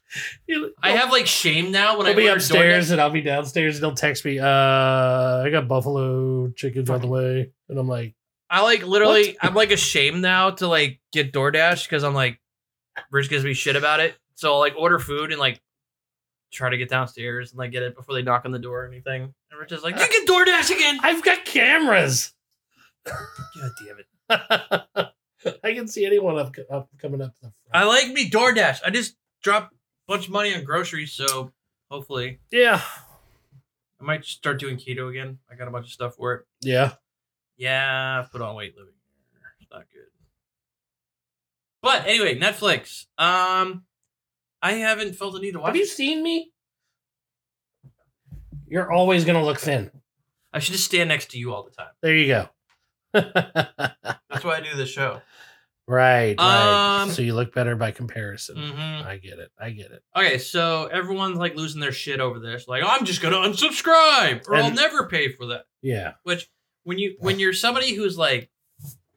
Speaker 2: You-
Speaker 3: I have like shame now when
Speaker 2: They'll
Speaker 3: I
Speaker 2: be
Speaker 3: order
Speaker 2: upstairs
Speaker 3: DoorDash.
Speaker 2: and I'll be downstairs and they'll text me, uh, I got buffalo chickens on the way. And I'm like,
Speaker 3: I like literally, I'm like ashamed now to like get DoorDash because I'm like, Rich gives me shit about it. So I'll like order food and like try to get downstairs and like get it before they knock on the door or anything. And Rich is like, you get DoorDash again.
Speaker 2: I've got cameras.
Speaker 3: God damn it.
Speaker 2: I can see anyone up, up coming up. to The front.
Speaker 3: I like me DoorDash. I just dropped a bunch of money on groceries. So hopefully
Speaker 2: yeah.
Speaker 3: I might start doing keto again. I got a bunch of stuff for it.
Speaker 2: Yeah.
Speaker 3: Yeah, I've put on weight living. It's not good. But anyway, Netflix. Um, I haven't felt the need to watch.
Speaker 2: Have you seen me? You're always going to look thin.
Speaker 3: I should just stand next to you all the time.
Speaker 2: There you go.
Speaker 3: That's why I do this show.
Speaker 2: right. right.
Speaker 3: Um,
Speaker 2: so you look better by comparison.
Speaker 3: hmm
Speaker 2: I get it. I get it.
Speaker 3: Okay, so everyone's like losing their shit over this. Like, I'm just gonna unsubscribe, or I'll
Speaker 2: And-
Speaker 3: never pay for that.
Speaker 2: Yeah.
Speaker 3: Which, when you when you're somebody who's like,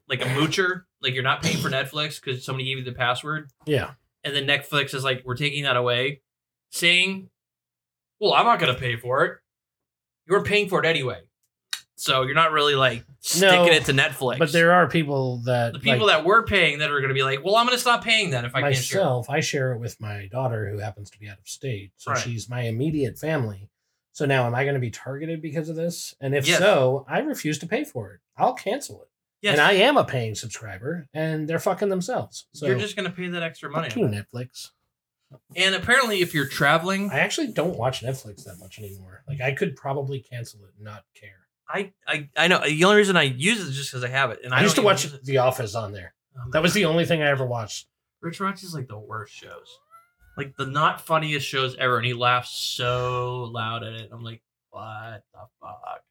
Speaker 3: like a moocher, like you're not paying for Netflix because somebody gave you the password.
Speaker 2: Yeah.
Speaker 3: and then Netflix is like, we're taking that away, saying, well, I'm not going to pay for it. You're paying for it anyway. So you're not really like sticking
Speaker 2: No,
Speaker 3: it to Netflix.
Speaker 2: But there are people that
Speaker 3: the people that were paying that are going to be like, well, I'm going to stop paying that if I can't share. it."
Speaker 2: myself, I share it with my daughter who happens to be out of state. So
Speaker 3: Right.
Speaker 2: she's my immediate family. So now am I going to be targeted because of this? And if
Speaker 3: Yes.
Speaker 2: so, I refuse to pay for it. I'll cancel it.
Speaker 3: Yes,
Speaker 2: And I am a paying subscriber and they're fucking themselves. So
Speaker 3: you're just going to pay that extra money.
Speaker 2: fuck you, Netflix.
Speaker 3: And apparently, if you're traveling,
Speaker 2: I actually don't watch Netflix that much anymore. Like I could probably cancel it and not care.
Speaker 3: I, I, I know the only reason I use it is just because I have it. And I,
Speaker 2: I, used to
Speaker 3: don't even
Speaker 2: watch
Speaker 3: use it.
Speaker 2: The Office on there.
Speaker 3: Um,
Speaker 2: That was the only thing I ever watched.
Speaker 3: Rich Rocks is like the worst shows. Like the not funniest shows ever, and he laughs so loud at it. I'm like, what the fuck?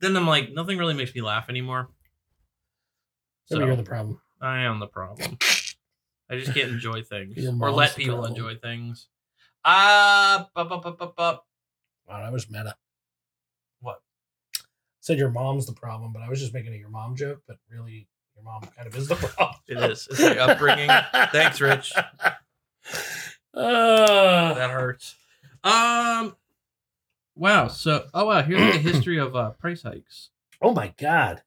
Speaker 3: Then I'm like, nothing really makes me laugh anymore.
Speaker 2: Maybe
Speaker 3: So
Speaker 2: you're the problem.
Speaker 3: I am the problem. I just can't enjoy things
Speaker 2: Your
Speaker 3: or
Speaker 2: mom's
Speaker 3: let
Speaker 2: the
Speaker 3: people
Speaker 2: problem.
Speaker 3: enjoy things. Ah, bup, bup, bup, bup, bup.
Speaker 2: Wow, that was meta.
Speaker 3: What?
Speaker 2: Said your mom's the problem, but I was just making a your mom joke, but really your mom kind of is the problem.
Speaker 3: It is. It's like upbringing. Thanks, Rich.
Speaker 2: Uh,
Speaker 3: That hurts. Um. Wow. So, oh wow. Here's the history of uh, price hikes.
Speaker 2: oh my god.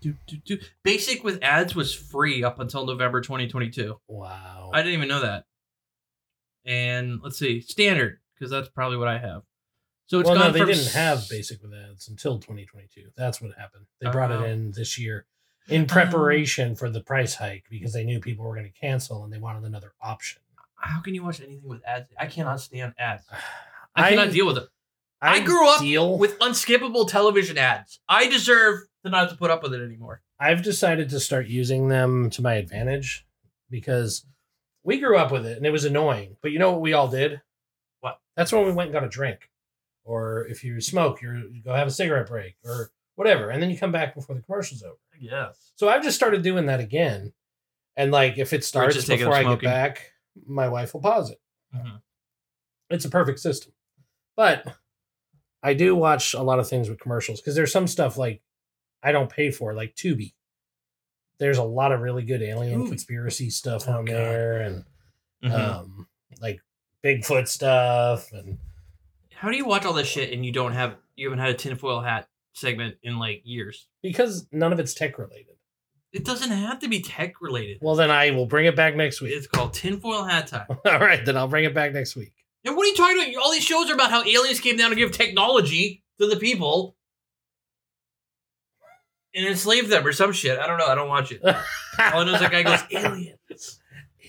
Speaker 3: Do, do, do. Basic with ads was free up until November 2022.
Speaker 2: Wow.
Speaker 3: I didn't even know that. And let's see, standard, because that's probably what I have. So it's
Speaker 2: well,
Speaker 3: gone
Speaker 2: no, they
Speaker 3: from
Speaker 2: didn't have
Speaker 3: s-
Speaker 2: basic with ads until 2022. That's what happened. They
Speaker 3: Oh.
Speaker 2: brought it in this year
Speaker 3: Um,
Speaker 2: in preparation for the price hike because they knew people were going to cancel and they wanted another option.
Speaker 3: How can you watch anything with ads? I cannot stand ads. I, cannot deal with it. I grew up
Speaker 2: deal
Speaker 3: With unskippable television ads, I deserve to not have to put up with it anymore.
Speaker 2: I've decided to start using them to my advantage because we grew up with it and it was annoying. But you know what we all did?
Speaker 3: What?
Speaker 2: That's when we went and got a drink. Or if you smoke, you're, you go have a cigarette break or whatever. And then you come back before the commercial's over.
Speaker 3: Yes.
Speaker 2: So I've just started doing that again. And like if it starts
Speaker 3: just taking
Speaker 2: before
Speaker 3: up
Speaker 2: I get
Speaker 3: smoking.
Speaker 2: back, my wife will pause it.
Speaker 3: Mhm.
Speaker 2: It's a perfect system. But I do watch a lot of things with commercials because there's some stuff like I don't pay for, like Tubi. There's a lot of really good alien
Speaker 3: Ooh.
Speaker 2: conspiracy stuff
Speaker 3: Oh,
Speaker 2: on
Speaker 3: God.
Speaker 2: there and
Speaker 3: Mhm.
Speaker 2: um like Bigfoot stuff and
Speaker 3: How do you watch all this shit and you don't have you haven't had a tinfoil hat segment in like years?
Speaker 2: because none of it's tech related.
Speaker 3: It doesn't have to be tech related.
Speaker 2: Well then I will bring it back next week.
Speaker 3: It's called tinfoil hat time.
Speaker 2: All right, then I'll bring it back next week.
Speaker 3: And what are you talking about? All these shows are about how aliens came down to give technology to the people and enslave them or some shit. I don't know. I don't watch Oh, it. All I know is that guy goes, aliens.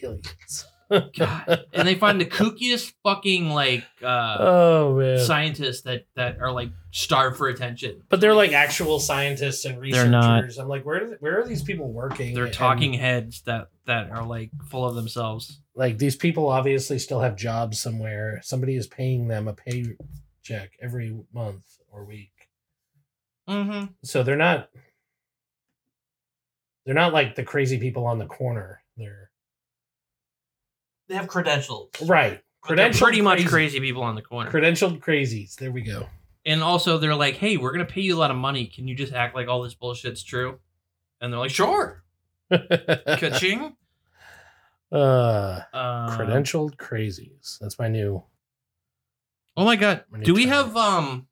Speaker 2: aliens.
Speaker 3: God. And they find the kookiest fucking like uh,
Speaker 2: Oh man.
Speaker 3: scientists that, that are like starved for attention.
Speaker 2: but they're like actual scientists and
Speaker 3: They're
Speaker 2: researchers.
Speaker 3: not.
Speaker 2: I'm like, where do, where are these people working?
Speaker 3: They're
Speaker 2: And-
Speaker 3: talking heads that, that are like full of themselves.
Speaker 2: like these people obviously still have jobs somewhere. Somebody is paying them a paycheck every month or week.
Speaker 3: Mm-hmm.
Speaker 2: So they're not they're not like the crazy people on the corner. They're
Speaker 3: They have credentials.
Speaker 2: right.
Speaker 3: But they're
Speaker 2: Credentialed
Speaker 3: pretty much
Speaker 2: crazy-
Speaker 3: crazy people on the corner.
Speaker 2: Credentialed crazies. There we go.
Speaker 3: and also, they're like, "Hey, we're gonna pay you a lot of money. Can you just act like all this bullshit's true?" And they're like, "Sure." Kaching.
Speaker 2: uh
Speaker 3: Uh,
Speaker 2: credentialed crazies. That's my new
Speaker 3: Oh my god.
Speaker 2: We need
Speaker 3: Do we
Speaker 2: to-
Speaker 3: have um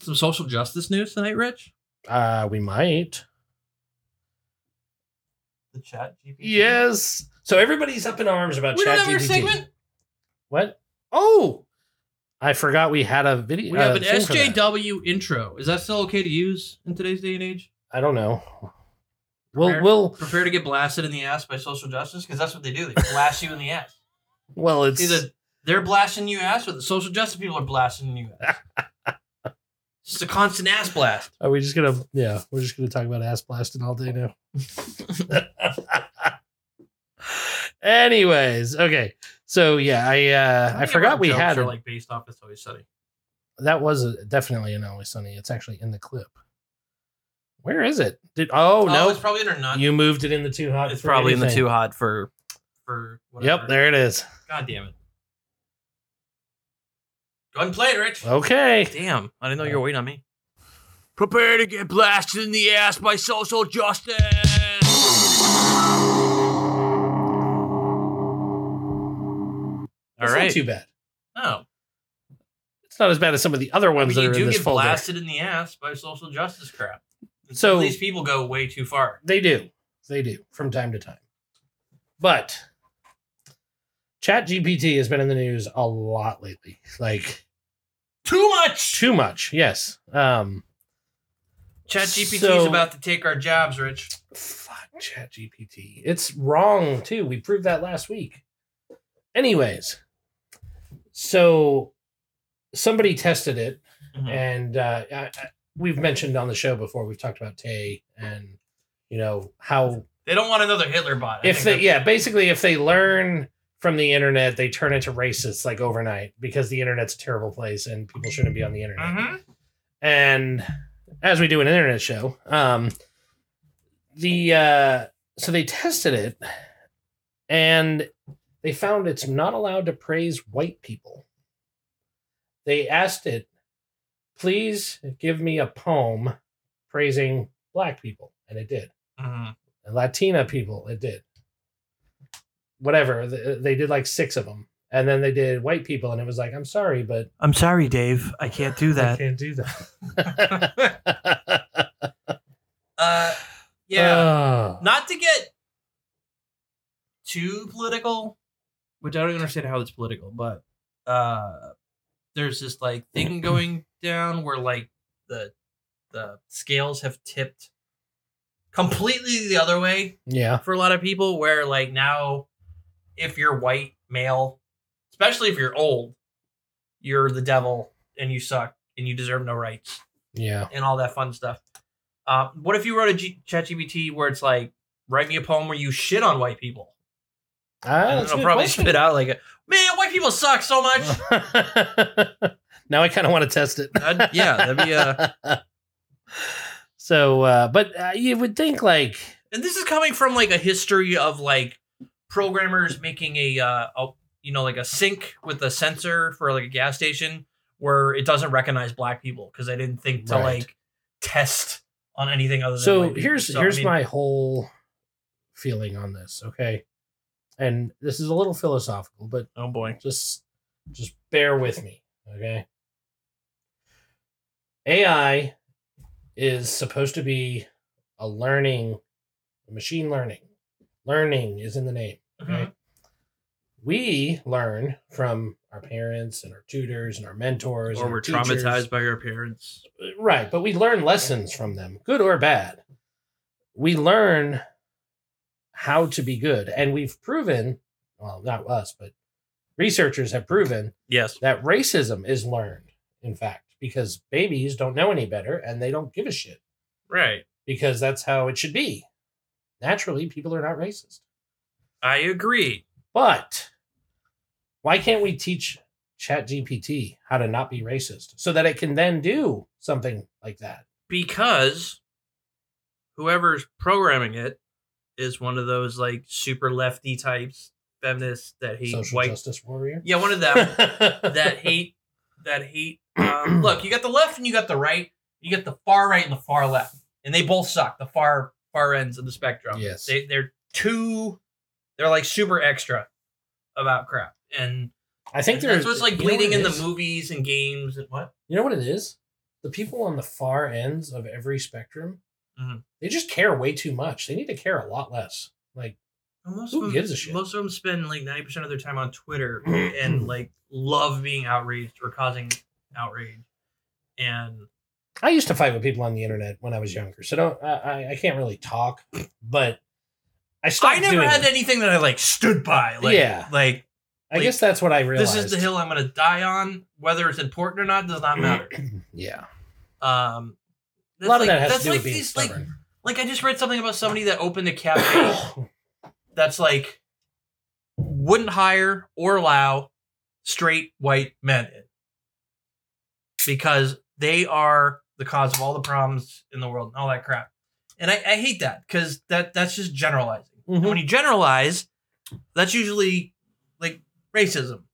Speaker 3: some social justice news tonight, Rich?
Speaker 2: uh we might.
Speaker 3: The chat GPT.
Speaker 2: Yes. So everybody's up in arms about
Speaker 3: We don't
Speaker 2: chat
Speaker 3: have our segment.
Speaker 2: What? Oh, I forgot we had a video.
Speaker 3: We have
Speaker 2: uh,
Speaker 3: an
Speaker 2: thing for that.
Speaker 3: SJW intro. Is that still okay to use in today's day and age?
Speaker 2: I don't know. We'll
Speaker 3: Prepare-
Speaker 2: we'll
Speaker 3: prepare to get blasted in the ass by social justice because that's what they do. They blast you in the ass.
Speaker 2: well
Speaker 3: It's
Speaker 2: it's
Speaker 3: Either they're blasting you ass or the social justice people are blasting you ass. It's just a constant ass blast.
Speaker 2: are we just gonna yeah we're just gonna talk about ass blasting all day now. Anyways, okay. So yeah, I uh I
Speaker 3: many of our
Speaker 2: forgot we
Speaker 3: jokes
Speaker 2: had
Speaker 3: are
Speaker 2: it.
Speaker 3: like based off of Toy Study.
Speaker 2: that was a, definitely an always sunny. It's actually in the clip. Where is it? Did oh,
Speaker 3: it's probably in or not.
Speaker 2: no, you moved it in the too hot.
Speaker 3: it's
Speaker 2: for
Speaker 3: probably in the
Speaker 2: anything.
Speaker 3: too hot for for whatever.
Speaker 2: Yep, there it is.
Speaker 3: God damn it. Go ahead and play it, Rich.
Speaker 2: Okay.
Speaker 3: Damn, I didn't know you were waiting on me.
Speaker 5: Prepare to get blasted in the ass by social justice.
Speaker 3: All
Speaker 2: It's
Speaker 3: right.
Speaker 2: not too bad.
Speaker 3: No,
Speaker 2: It's not as bad as some of the other
Speaker 3: I
Speaker 2: ones
Speaker 3: Oh, mean, you
Speaker 2: that are in
Speaker 3: do
Speaker 2: this
Speaker 3: get
Speaker 2: folder.
Speaker 3: blasted in the ass by social justice crap. And
Speaker 2: So-
Speaker 3: some of these people go way too far.
Speaker 2: They do. They do from time to time. But ChatGPT has been in the news a lot lately. Like
Speaker 3: Too much.
Speaker 2: too much. Yes. Um
Speaker 3: Chat GPT is
Speaker 2: So-
Speaker 3: about to take our jobs, Rich.
Speaker 2: fuck ChatGPT. It's wrong too. We proved that last week. Anyways, so somebody tested it
Speaker 3: Mm-hmm.
Speaker 2: and uh, I, I, we've mentioned on the show before we've talked about tay and you know how
Speaker 3: They don't want another Hitler bot. I
Speaker 2: if they
Speaker 3: think
Speaker 2: yeah basically if they learn from the internet they turn into racists like overnight because the internet's a terrible place and people shouldn't be on the internet
Speaker 3: that's- Mhm.
Speaker 2: and as we do in an internet show um the uh so they tested it and they found it's not allowed to praise white people they asked it please give me a poem praising black people and it did
Speaker 3: Mhm.
Speaker 2: and latina people it did whatever th- they did like six of them and then they did white people and it was like i'm sorry but
Speaker 3: I'm sorry, Dave. I can't do
Speaker 2: i can't do that
Speaker 3: Uh, yeah.
Speaker 2: Oh.
Speaker 3: Not to get too political, which I don't understand how it's political, but uh, there's this like thing going down where like the the scales have tipped completely the other way
Speaker 2: yeah.
Speaker 3: for a lot of people where like now if you're white male especially if you're old you're the devil and you suck and you deserve no rights
Speaker 2: Yeah.
Speaker 3: and all that fun stuff uh, what if you wrote a G- chat gpt where it's like write me a poem where you shit on white people
Speaker 2: Ah,
Speaker 3: and
Speaker 2: that's a
Speaker 3: then it'll
Speaker 2: good
Speaker 3: probably
Speaker 2: question.
Speaker 3: spit out like man white people suck so much
Speaker 2: now I kind of want to test it.
Speaker 3: That'd- yeah, that'd be, uh,
Speaker 2: So, uh, but uh, you would think like,
Speaker 3: and this is coming from like a history of like programmers making a uh a, you know like a sync with a sensor for like a gas station where it doesn't recognize black people because they didn't think to
Speaker 2: Right.
Speaker 3: like test on anything other than white
Speaker 2: so
Speaker 3: people.
Speaker 2: here's
Speaker 3: So, I
Speaker 2: here's
Speaker 3: mean,
Speaker 2: my whole feeling on this. Okay, and this is a little philosophical, but
Speaker 3: oh boy
Speaker 2: just just bear with me okay ai is supposed to be a learning machine learning learning is in the name okay
Speaker 3: Mhm.
Speaker 2: we learn from our parents and our tutors and our mentors
Speaker 3: or
Speaker 2: and
Speaker 3: we're
Speaker 2: our teachers.
Speaker 3: traumatized by our parents
Speaker 2: right but we learn lessons from them good or bad we learn how to be good and we've proven well not us but researchers have proven
Speaker 3: yes
Speaker 2: that racism is learned, in fact, because babies don't know any better and they don't give a shit
Speaker 3: right
Speaker 2: because that's how it should be. Naturally, people are not racist.
Speaker 3: i agree
Speaker 2: But Why can't we teach ChatGPT how to not be racist so that it can then do something like that?
Speaker 3: because whoever's programming it is one of those like super lefty types, feminists that hate
Speaker 2: Social
Speaker 3: white.
Speaker 2: justice warrior.
Speaker 3: Yeah, one of them that hate that hate. Um, look, you got the left and you got the right. You got the far right and the far left, and they both suck. The far far ends of the spectrum.
Speaker 2: Yes.
Speaker 3: they they're too. They're like super extra about crap, and
Speaker 2: I think
Speaker 3: that's
Speaker 2: there's
Speaker 3: what's like
Speaker 2: you know what
Speaker 3: bleeding
Speaker 2: it
Speaker 3: in the
Speaker 2: is?
Speaker 3: movies and games and what.
Speaker 2: You know what it is? The people on the far ends of every spectrum,
Speaker 3: Mhm.
Speaker 2: they just care way too much. They need to care a lot less. Like,
Speaker 3: Well, Most
Speaker 2: Who
Speaker 3: of them,
Speaker 2: gives a shit?
Speaker 3: Most of them spend like ninety percent of their time on Twitter and like love being outraged or causing outrage. And
Speaker 2: I used to fight with people on the internet when I was younger, so don't. I, I- I can't really talk, but I stopped
Speaker 3: I never
Speaker 2: doing
Speaker 3: had
Speaker 2: it.
Speaker 3: anything that I like stood by. Like,
Speaker 2: Yeah.
Speaker 3: like
Speaker 2: I guess that's what I realized.
Speaker 3: this is the hill I'm going to die on. Whether it's important or not does not matter.
Speaker 2: Yeah,
Speaker 3: Um,
Speaker 2: a lot
Speaker 3: that's
Speaker 2: of that has
Speaker 3: that's
Speaker 2: to do
Speaker 3: like
Speaker 2: with being
Speaker 3: these,
Speaker 2: stubborn.
Speaker 3: Like, like I just read something about somebody that opened a cafe that's like wouldn't hire or allow straight white men in because they are the cause of all the problems in the world and all that crap. And I, I hate that because that that's just generalizing. And
Speaker 2: Mhm.
Speaker 3: when you generalize, that's usually like racism.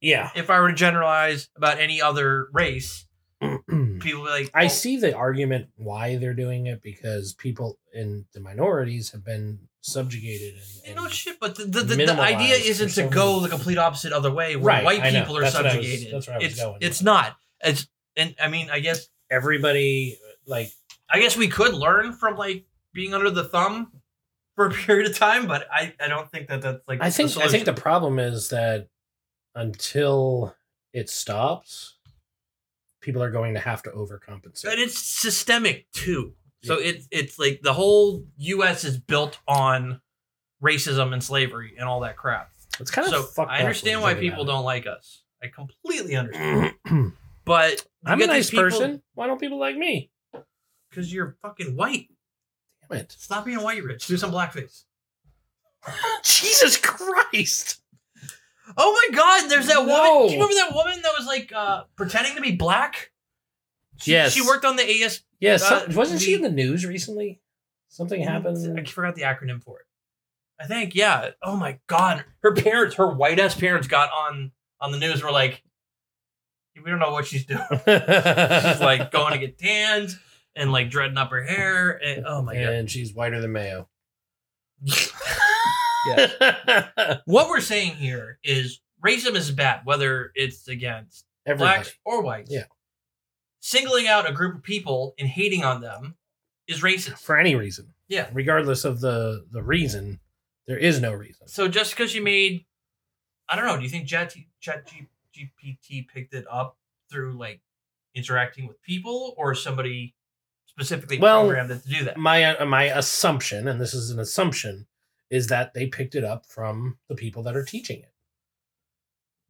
Speaker 2: yeah,
Speaker 3: If I were to generalize about any other race, people would be like,
Speaker 2: I
Speaker 3: "Oh,
Speaker 2: see the argument why they're doing it because people in the minorities have been subjugated and,
Speaker 3: You
Speaker 2: and
Speaker 3: know, shit, but the, the, the, the
Speaker 2: minimalized
Speaker 3: idea
Speaker 2: for
Speaker 3: isn't
Speaker 2: so
Speaker 3: to go
Speaker 2: many-
Speaker 3: the complete opposite other way where
Speaker 2: Right,
Speaker 3: white
Speaker 2: I know.
Speaker 3: people are
Speaker 2: That's what I was-
Speaker 3: subjugated.
Speaker 2: that's where I was
Speaker 3: it's,
Speaker 2: going.
Speaker 3: It's not. It's and I mean, I guess
Speaker 2: everybody like
Speaker 3: I guess we could learn from like being under the thumb for a period of time, but I, I don't think that that's like
Speaker 2: I think
Speaker 3: the
Speaker 2: I think the
Speaker 3: solution.
Speaker 2: problem is that until it stops, people are going to have to
Speaker 3: but
Speaker 2: overcompensate.
Speaker 3: it's systemic too. So it's it's like the whole U.S. is built on racism and slavery and all that crap.
Speaker 2: It's kind of
Speaker 3: so
Speaker 2: fucked
Speaker 3: I
Speaker 2: up
Speaker 3: understand
Speaker 2: when
Speaker 3: why
Speaker 2: you think
Speaker 3: people
Speaker 2: about
Speaker 3: don't like us. I completely understand,
Speaker 2: it.
Speaker 3: but you
Speaker 2: I'm a
Speaker 3: got
Speaker 2: nice
Speaker 3: these people-
Speaker 2: person. Why don't people like me?
Speaker 3: because you're fucking white.
Speaker 2: Damn it!
Speaker 3: Stop being white, Rich. Do some blackface.
Speaker 2: Jesus Christ!
Speaker 3: Oh my God! There's that
Speaker 2: No.
Speaker 3: woman. Do you remember that woman that was like uh, pretending to be black? She,
Speaker 2: Yes.
Speaker 3: She worked on the AS.
Speaker 2: Yeah,
Speaker 3: Uh,
Speaker 2: some- wasn't she
Speaker 3: the-
Speaker 2: in the news recently? Something
Speaker 3: I
Speaker 2: happened.
Speaker 3: forgot the acronym for it. I think yeah. Oh my God! Her parents, her white ass parents, got on on the news. and Were like, we don't know what she's doing. She's like oh going to get tanned and like dreading up her hair. And, oh my God!
Speaker 2: and she's whiter than mayo.
Speaker 3: what we're saying here is racism is bad, whether it's against
Speaker 2: Everybody.
Speaker 3: blacks or whites.
Speaker 2: Yeah.
Speaker 3: Singling out a group of people and hating on them is racist.
Speaker 2: for any reason.
Speaker 3: Yeah.
Speaker 2: Regardless of the the reason, there is no reason.
Speaker 3: So just because you made, I don't know, do you think Chat Chat G- GPT picked it up through like interacting with people or somebody specifically
Speaker 2: Well,
Speaker 3: programmed it to do that?
Speaker 2: My uh, my assumption, and this is an assumption, is that they picked it up from the people that are teaching it.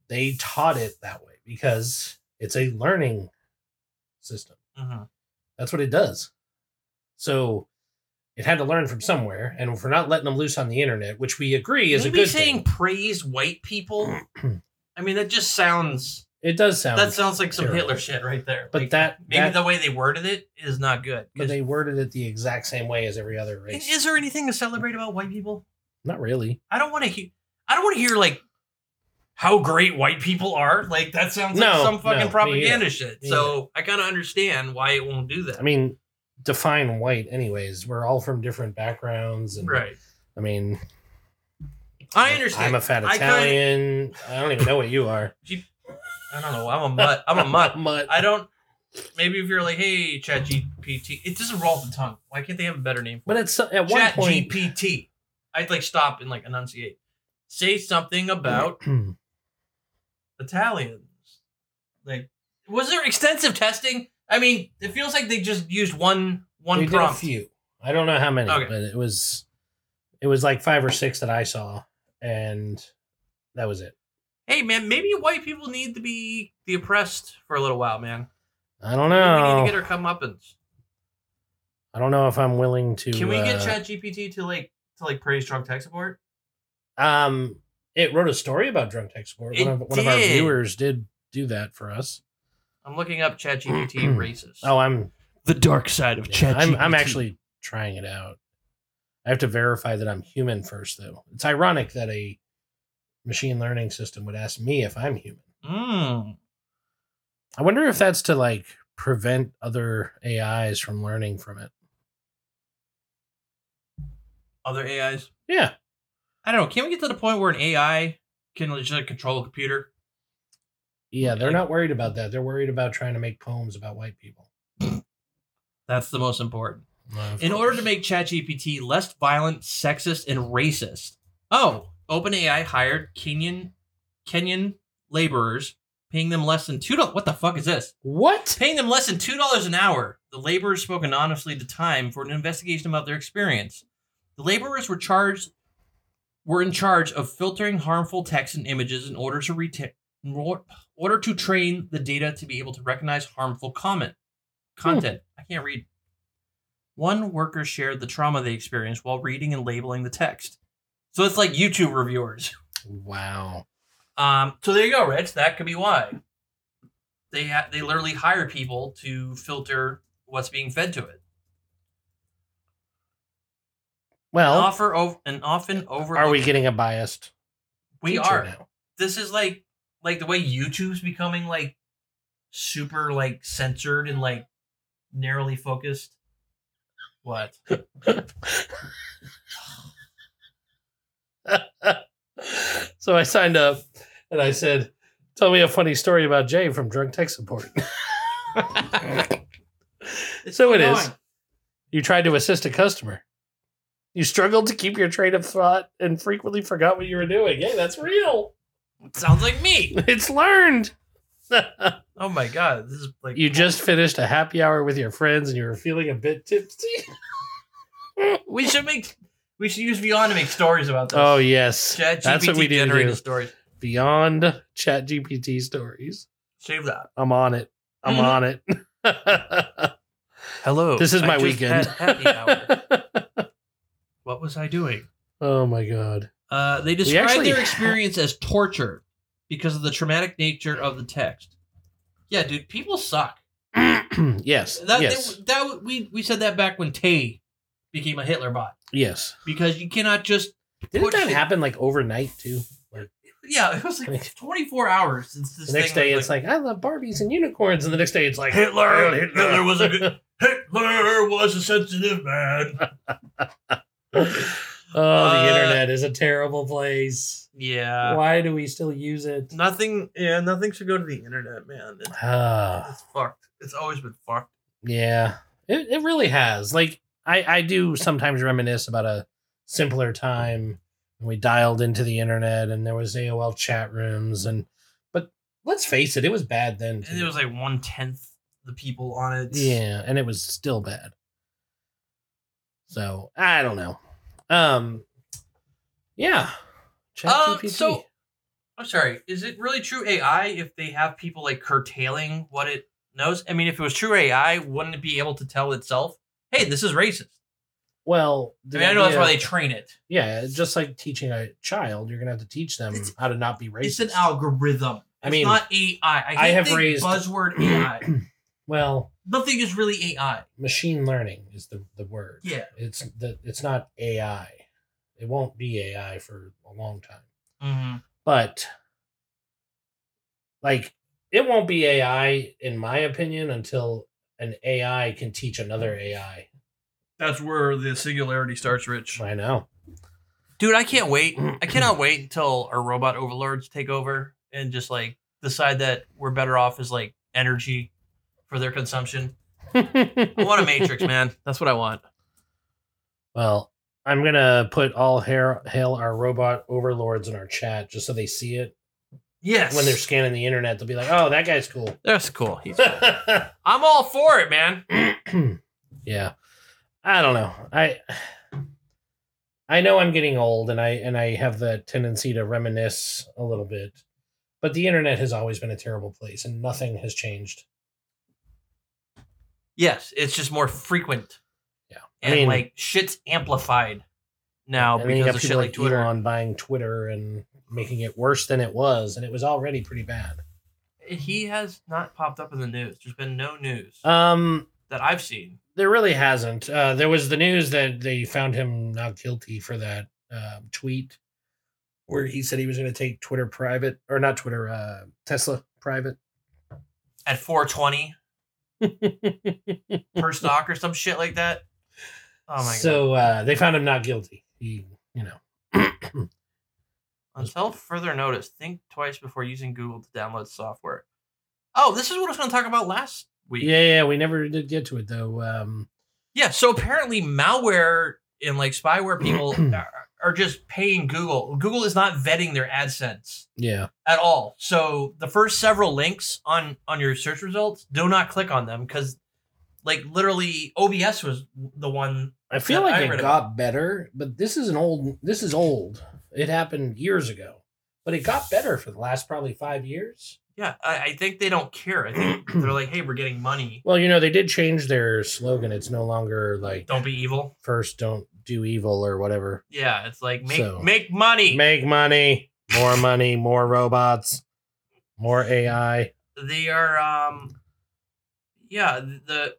Speaker 2: They taught it that way because it's a learning system.
Speaker 3: Mhm.
Speaker 2: That's what it does. So it had to learn from somewhere, and if we're not letting them loose on the internet, which we agree is
Speaker 3: Maybe
Speaker 2: a good
Speaker 3: saying
Speaker 2: thing,
Speaker 3: praise white people. I mean, that just sounds
Speaker 2: it does sound.
Speaker 3: that sounds like some
Speaker 2: terrible.
Speaker 3: Hitler shit right there.
Speaker 2: but
Speaker 3: Like,
Speaker 2: that
Speaker 3: maybe
Speaker 2: that-
Speaker 3: the way they worded it is not good.
Speaker 2: but
Speaker 3: 'cause-
Speaker 2: they worded it the exact same way as every other race.
Speaker 3: is there anything to celebrate about white people?
Speaker 2: not really.
Speaker 3: I don't want to hear. I don't want to hear like how great white people are. Like that sounds
Speaker 2: No,
Speaker 3: like some
Speaker 2: no,
Speaker 3: fucking
Speaker 2: me
Speaker 3: propaganda shit.
Speaker 2: Me
Speaker 3: So I kind of understand why it won't do that.
Speaker 2: I mean, define white, anyways. We're all from different backgrounds, and
Speaker 3: right?
Speaker 2: I mean,
Speaker 3: I understand.
Speaker 2: I'm a fat
Speaker 3: I kinda-
Speaker 2: Italian. I, don't even know what you are.
Speaker 3: I don't know. I'm a mutt. I'm a mutt.
Speaker 2: Mutt.
Speaker 3: I don't. Maybe if you're like, hey, Chat GPT, it doesn't roll off the tongue. Why can't they have a better name for
Speaker 2: But at so- at
Speaker 3: it?
Speaker 2: one
Speaker 3: Chat
Speaker 2: point,
Speaker 3: GPT. I'd like stop and like enunciate. Say something about Italians. Like, was there extensive testing? I mean, it feels like they just used one one
Speaker 2: they did a
Speaker 3: prompt.
Speaker 2: few. I don't know how many,
Speaker 3: Okay.
Speaker 2: but it was it was like five or six that I saw, and that was it.
Speaker 3: Hey, man, maybe white people need to be the oppressed for a little while, man.
Speaker 2: I don't
Speaker 3: Maybe We need
Speaker 2: know.
Speaker 3: to get our comeuppance.
Speaker 2: I don't know if I'm willing to.
Speaker 3: Can we get
Speaker 2: uh,
Speaker 3: ChatGPT to like to like praise strong tech support?
Speaker 2: Um, It wrote a story about drunk tech support. One
Speaker 3: It
Speaker 2: of, one of our
Speaker 3: did.
Speaker 2: viewers did do that for us.
Speaker 3: I'm looking up ChatGPT racist.
Speaker 2: Oh, I'm
Speaker 6: The dark side of
Speaker 2: yeah,
Speaker 6: chat.
Speaker 2: I'm I'm actually trying it out. I have to verify that I'm human first, though. It's ironic that a machine learning system would ask me if I'm human.
Speaker 3: Mm.
Speaker 2: I wonder if that's to like prevent other AIs from learning from it.
Speaker 3: Other AIs.
Speaker 2: Yeah,
Speaker 3: I don't know. Can we get to the point where an AI can just like, control a computer?
Speaker 2: yeah, they're not worried about that. They're worried about trying to make poems about white people.
Speaker 3: That's the most important.
Speaker 2: Uh, of
Speaker 3: In order to
Speaker 2: course.
Speaker 3: make ChatGPT less violent, sexist, and racist. Oh, OpenAI hired Kenyan Kenyan laborers, paying them less than two dollars. What the fuck is this?
Speaker 2: what?
Speaker 3: Paying them less than two dollars an hour. The laborers spoke anonymously to Time for an investigation about their experience. The laborers were charged were in charge of filtering harmful text and images in order to reta- in or- order to train the data to be able to recognize harmful comment content. I can't read. One worker shared the trauma they experienced while reading and labeling the text. So it's like YouTube reviewers.
Speaker 2: Wow.
Speaker 3: Um, so there you go, Rich. That could be why they ha- they literally hire people to filter what's being fed to it. An
Speaker 2: Well,
Speaker 3: offer ov- and often over.
Speaker 2: are we getting a biased?
Speaker 3: We
Speaker 2: teacher
Speaker 3: are.
Speaker 2: now.
Speaker 3: This is like like the way YouTube's becoming like super like censored and like narrowly focused. What?
Speaker 2: so I signed up and I said, "Tell me a funny story about Jay from Drunk Tech Support." so it is. You tried to assist a customer. You struggled to keep your train of thought and frequently forgot what you were doing. Hey, that's real.
Speaker 3: Sounds like me.
Speaker 2: It's learned.
Speaker 3: Oh my god, this is like
Speaker 2: you just finished a happy hour with your friends and you were feeling a bit tipsy.
Speaker 3: We should make. We should use Beyond to make stories about this.
Speaker 2: Oh yes,
Speaker 3: ChatGPT
Speaker 2: that's what we need to
Speaker 3: generated
Speaker 2: do.
Speaker 3: stories.
Speaker 2: Beyond Chat GPT stories.
Speaker 3: Save that.
Speaker 2: I'm on it. I'm
Speaker 3: Mhm.
Speaker 2: on it.
Speaker 3: Hello.
Speaker 2: this is my weekend.
Speaker 3: what was I doing?
Speaker 2: oh my god.
Speaker 3: Uh, they described
Speaker 2: actually
Speaker 3: their
Speaker 2: ha-
Speaker 3: experience as torture because of the traumatic nature of the text. Yeah, dude, people suck.
Speaker 2: yes.
Speaker 3: That,
Speaker 2: yes.
Speaker 3: they- that we we said that back when Tay became a Hitler bot
Speaker 2: yes.
Speaker 3: because you cannot just
Speaker 2: Didn't
Speaker 3: put
Speaker 2: that
Speaker 3: shit-
Speaker 2: happen like overnight too?
Speaker 3: Yeah, it was like 24 hours since this
Speaker 2: The next
Speaker 3: thing
Speaker 2: day
Speaker 3: was
Speaker 2: it's like, I love Barbies and unicorns, and the next day it's like
Speaker 5: Hitler.
Speaker 3: Hitler was a good- Hitler was a sensitive man.
Speaker 2: oh,
Speaker 3: Uh,
Speaker 2: the internet is a terrible place.
Speaker 3: Yeah.
Speaker 2: Why do we still use it?
Speaker 3: Nothing. Yeah, nothing should go to the internet, man. It's,
Speaker 2: Ah,
Speaker 3: it's fucked. It's always been fucked.
Speaker 2: yeah, it, it really has. Like I, I do sometimes reminisce about a simpler time when we dialed into the internet and there was AOL chat rooms and but let's face it, it was bad then.
Speaker 3: And it was like one tenth the people on it.
Speaker 2: Yeah, and it was still bad. So I don't know. Um, yeah.
Speaker 3: Uh,
Speaker 2: ChatGPT.
Speaker 3: Um, so I'm sorry. Is it really true AI if they have people like curtailing what it knows? I mean, if it was true AI, wouldn't it be able to tell itself, "Hey, this is racist"?
Speaker 2: well,
Speaker 3: I
Speaker 2: the
Speaker 3: mean, I know that's
Speaker 2: idea-
Speaker 3: why they train it.
Speaker 2: Yeah, it's just like teaching a child, you're gonna have to teach them
Speaker 3: It's-
Speaker 2: how to not be racist.
Speaker 3: It's an algorithm.
Speaker 2: I mean,
Speaker 3: it's not AI. I,
Speaker 2: I
Speaker 3: hate
Speaker 2: have
Speaker 3: the
Speaker 2: raised-
Speaker 3: buzzword AI.
Speaker 2: well,
Speaker 3: Nothing is really AI.
Speaker 2: machine learning is the the word.
Speaker 3: Yeah.
Speaker 2: it's the it's not AI. It won't be AI for a long time.
Speaker 3: Mm-hmm.
Speaker 2: but like it won't be AI in my opinion until an AI can teach another AI.
Speaker 3: That's where the singularity starts, Rich.
Speaker 2: I know.
Speaker 3: Dude, I can't wait. I cannot wait until our robot overlords take over and just like decide that we're better off as like energy for their consumption. I want a matrix, man. That's what I want.
Speaker 2: well, I'm gonna put all hair, hail our robot overlords in our chat just so they see it
Speaker 3: Yes.
Speaker 2: when they're scanning the internet. They'll be like, "Oh, that guy's cool."
Speaker 3: That's cool. He's- I'm all for it, man.
Speaker 2: yeah, I don't know. I I know I'm getting old, and I and I have the tendency to reminisce a little bit, but the internet has always been a terrible place, and nothing has changed.
Speaker 3: Yes, it's just more frequent.
Speaker 2: Yeah. I
Speaker 3: And
Speaker 2: mean-
Speaker 3: like shit's amplified now
Speaker 2: and then you
Speaker 3: Oh, because
Speaker 2: got
Speaker 3: of
Speaker 2: people
Speaker 3: shit like, Twitter.
Speaker 2: Elon buying Twitter, and making it worse than it was, and it was already pretty bad.
Speaker 3: He has not popped up in the news. There's been no news
Speaker 2: Um,
Speaker 3: that I've seen.
Speaker 2: there really hasn't. Uh, there was the news that they found him not guilty for that uh, tweet where he said he was going to take Twitter private, or not Twitter, uh, Tesla private.
Speaker 3: At 420 per stock or some shit like that. Oh my god.
Speaker 2: so uh, they found him not guilty. He, you know,
Speaker 3: Until further notice, think twice before using Google to download software. Oh, this is what I was going to talk about last week.
Speaker 2: yeah, yeah. We never did get to it though. Um,
Speaker 3: Yeah, so apparently malware and like spyware people are, are just paying Google. Google is not vetting their AdSense
Speaker 2: yeah,
Speaker 3: at all. So the first several links on on your search results, do not click on them cuz like literally OBS was the one
Speaker 2: I feel
Speaker 3: Yeah,
Speaker 2: like
Speaker 3: I
Speaker 2: it
Speaker 3: read
Speaker 2: got better, but this is an old. This is old. It happened years ago, but it got better for the last probably five years.
Speaker 3: yeah, I, I think they don't care. I think they're like, hey, we're getting money.
Speaker 2: Well, you know, they did change their slogan. It's no longer like
Speaker 3: Don't be evil.
Speaker 2: first don't do evil or whatever.
Speaker 3: Yeah, it's like make
Speaker 2: So-
Speaker 3: make money.
Speaker 2: Make money, more money, more robots, more AI.
Speaker 3: they are um yeah the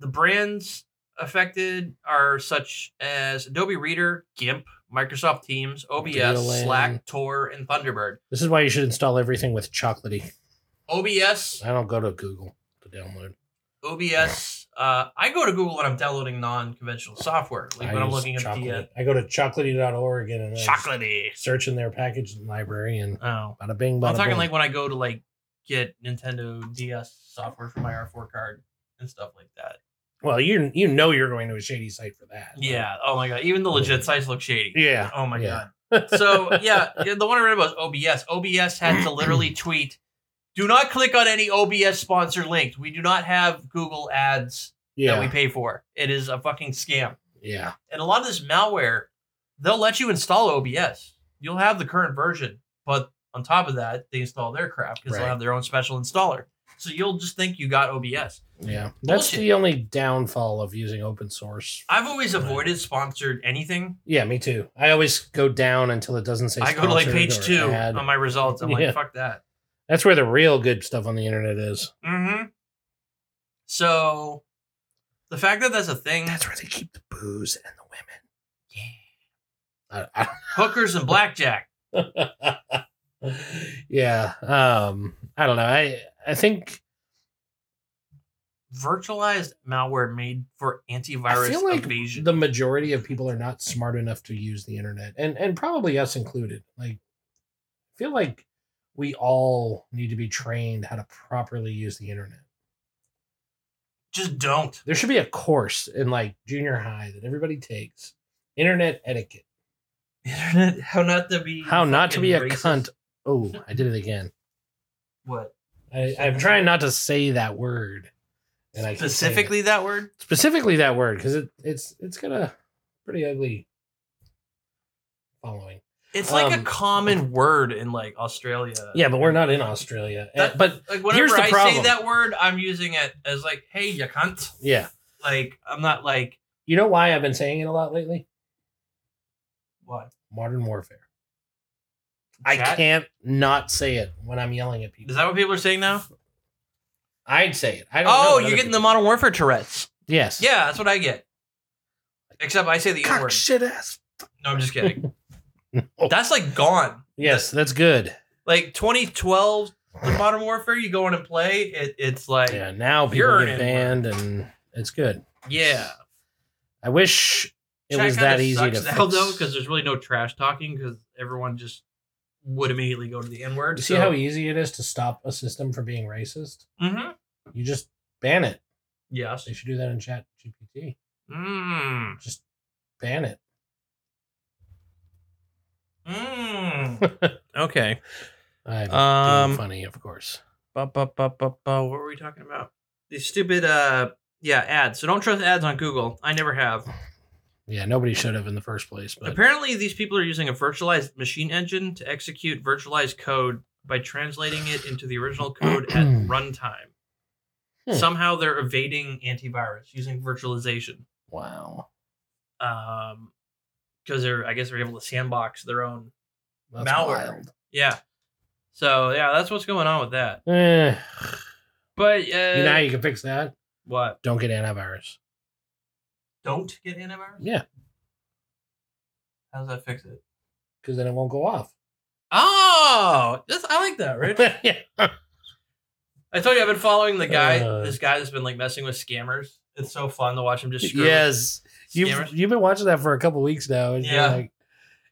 Speaker 3: the brands affected are such as adobe reader gimp microsoft teams obs
Speaker 2: DLN.
Speaker 3: slack tor and thunderbird
Speaker 2: This is why you should install everything with chocolatey.
Speaker 3: obs
Speaker 2: I don't go to Google to download.
Speaker 3: obs uh i go to google when i'm downloading non-conventional software like when
Speaker 2: I
Speaker 3: i'm
Speaker 2: use
Speaker 3: looking at the uh,
Speaker 2: chocolate. I go to chocolatey.org and then
Speaker 3: chocolatey
Speaker 2: search in their package library and
Speaker 3: oh
Speaker 2: bada bing, bada
Speaker 3: i'm talking
Speaker 2: boom.
Speaker 3: like when i go to like get nintendo ds software for my r4 card and stuff like that
Speaker 2: Well, you you know you're going to a shady site for that.
Speaker 3: yeah oh my god even the legit sites look shady
Speaker 2: Yeah.
Speaker 3: Oh my
Speaker 2: Yeah.
Speaker 3: god. So yeah, yeah, the one I read about was OBS. OBS had to literally tweet, "Do not click on any OBS sponsored links. We do not have Google ads that we
Speaker 2: Yeah.
Speaker 3: pay for. It is a fucking scam."
Speaker 2: Yeah.
Speaker 3: And a lot of this malware, they'll let you install OBS. You'll have the current version, but on top of that, they install their crap because
Speaker 2: Right.
Speaker 3: they'll have their own special installer. So you'll just think you got OBS.
Speaker 2: Yeah. That's
Speaker 3: Bullshit.
Speaker 2: the only downfall of using open source.
Speaker 3: I've always
Speaker 2: Right.
Speaker 3: avoided sponsored anything.
Speaker 2: Yeah, me too. I always go down until it doesn't say
Speaker 3: I go to like
Speaker 2: sponsored
Speaker 3: page
Speaker 2: or
Speaker 3: two
Speaker 2: ad.
Speaker 3: on my results. I'm
Speaker 2: Yeah.
Speaker 3: like, fuck that.
Speaker 2: That's where the real good stuff on the internet is.
Speaker 3: Mm-hmm. So the fact that that's a thing,
Speaker 2: That's where they keep the booze and the women. I- I-
Speaker 3: hookers and blackjack.
Speaker 2: yeah. Um, I don't know. I I think
Speaker 3: Virtualized malware made for antivirus
Speaker 2: I feel like
Speaker 3: evasion.
Speaker 2: the majority of people are not smart enough to use the internet, and and probably us included. Like, I feel like we all need to be trained how to properly use the internet.
Speaker 3: Just don't.
Speaker 2: There should be a course in like junior high that everybody takes internet etiquette,
Speaker 3: Internet, how not to be
Speaker 2: how not to
Speaker 3: fucking
Speaker 2: be a
Speaker 3: racist.
Speaker 2: cunt. Oh, I did it again.
Speaker 3: What
Speaker 2: I, I'm trying not to say that word. I keep saying it.
Speaker 3: specifically that word?
Speaker 2: specifically that word because it, it's it's got a pretty ugly following.
Speaker 3: It's like
Speaker 2: Um,
Speaker 3: a common word in like Australia.
Speaker 2: Uh, Yeah, but we're not in Australia. Uh,
Speaker 3: That-
Speaker 2: but
Speaker 3: Like
Speaker 2: Here's
Speaker 3: whenever
Speaker 2: the
Speaker 3: I say
Speaker 2: problem.
Speaker 3: that word, I'm using it as like, "Hey, you cunt."
Speaker 2: yeah,
Speaker 3: Like I'm not like
Speaker 2: you know why I've been saying it a lot lately?
Speaker 3: what?
Speaker 2: Modern warfare. I
Speaker 3: Chat?
Speaker 2: can't not say it when I'm yelling at people.
Speaker 3: Is that what people are saying now?
Speaker 2: I'd say it. I don't. know
Speaker 3: Oh,
Speaker 2: what
Speaker 3: you're
Speaker 2: other
Speaker 3: getting the
Speaker 2: people-
Speaker 3: Modern Warfare Tourette's.
Speaker 2: Yes.
Speaker 3: Yeah, that's what I get. Except I say the N
Speaker 2: Cock
Speaker 3: word.
Speaker 2: shit ass.
Speaker 3: No, I'm just kidding.
Speaker 2: Oh.
Speaker 3: That's like gone.
Speaker 2: Yes, that's good.
Speaker 3: Like 2012, the Modern Warfare, you go in and play, it, it's like,
Speaker 2: Yeah. Now people
Speaker 3: You're
Speaker 2: get
Speaker 3: an
Speaker 2: banned, and it's good.
Speaker 3: yeah.
Speaker 2: I wish it
Speaker 3: Chat
Speaker 2: was
Speaker 3: kinda
Speaker 2: that easy to
Speaker 3: sucks now,
Speaker 2: fix.
Speaker 3: though, because there's really no trash talking because everyone just would immediately go to the N word.
Speaker 2: you see how e- easy it is to stop a system from being racist?
Speaker 3: Mm-hmm.
Speaker 2: You just ban it.
Speaker 3: Yes.
Speaker 2: They should do that in Chat GPT.
Speaker 3: Mm.
Speaker 2: Just ban it.
Speaker 3: Mm. okay.
Speaker 2: I'm
Speaker 3: Um,
Speaker 2: being funny, of course.
Speaker 3: bu- bu- bu- bu- bu- what were we talking about? These stupid, uh, yeah, ads. So don't trust ads on Google. I never have.
Speaker 2: Yeah, nobody should have in the first place. But
Speaker 3: Apparently, these people are using a virtualized machine engine to execute virtualized code by translating it into the original code at runtime.
Speaker 2: Hmm.
Speaker 3: Somehow, they're evading antivirus using virtualization.
Speaker 2: wow.
Speaker 3: Um, because they're, I guess, they're able to sandbox their own
Speaker 2: That's
Speaker 3: Malware.
Speaker 2: wild.
Speaker 3: Yeah. So yeah, that's what's going on with that.
Speaker 2: Eh,
Speaker 3: But uh,
Speaker 2: you know how you can fix that?
Speaker 3: what?
Speaker 2: Don't get antivirus.
Speaker 3: Don't get antivirus.
Speaker 2: Yeah,
Speaker 3: How does that fix it?
Speaker 2: because then it won't go off.
Speaker 3: Oh, that's, I like that, Rich.
Speaker 2: yeah.
Speaker 3: I told you I've been following the guy,
Speaker 2: Uh.
Speaker 3: this guy that's been like messing with scammers. It's so fun to watch him just screw with
Speaker 2: Yes.
Speaker 3: scammers.
Speaker 2: You've, you've been watching that for a couple weeks now. and you're
Speaker 3: Yeah.
Speaker 2: Like,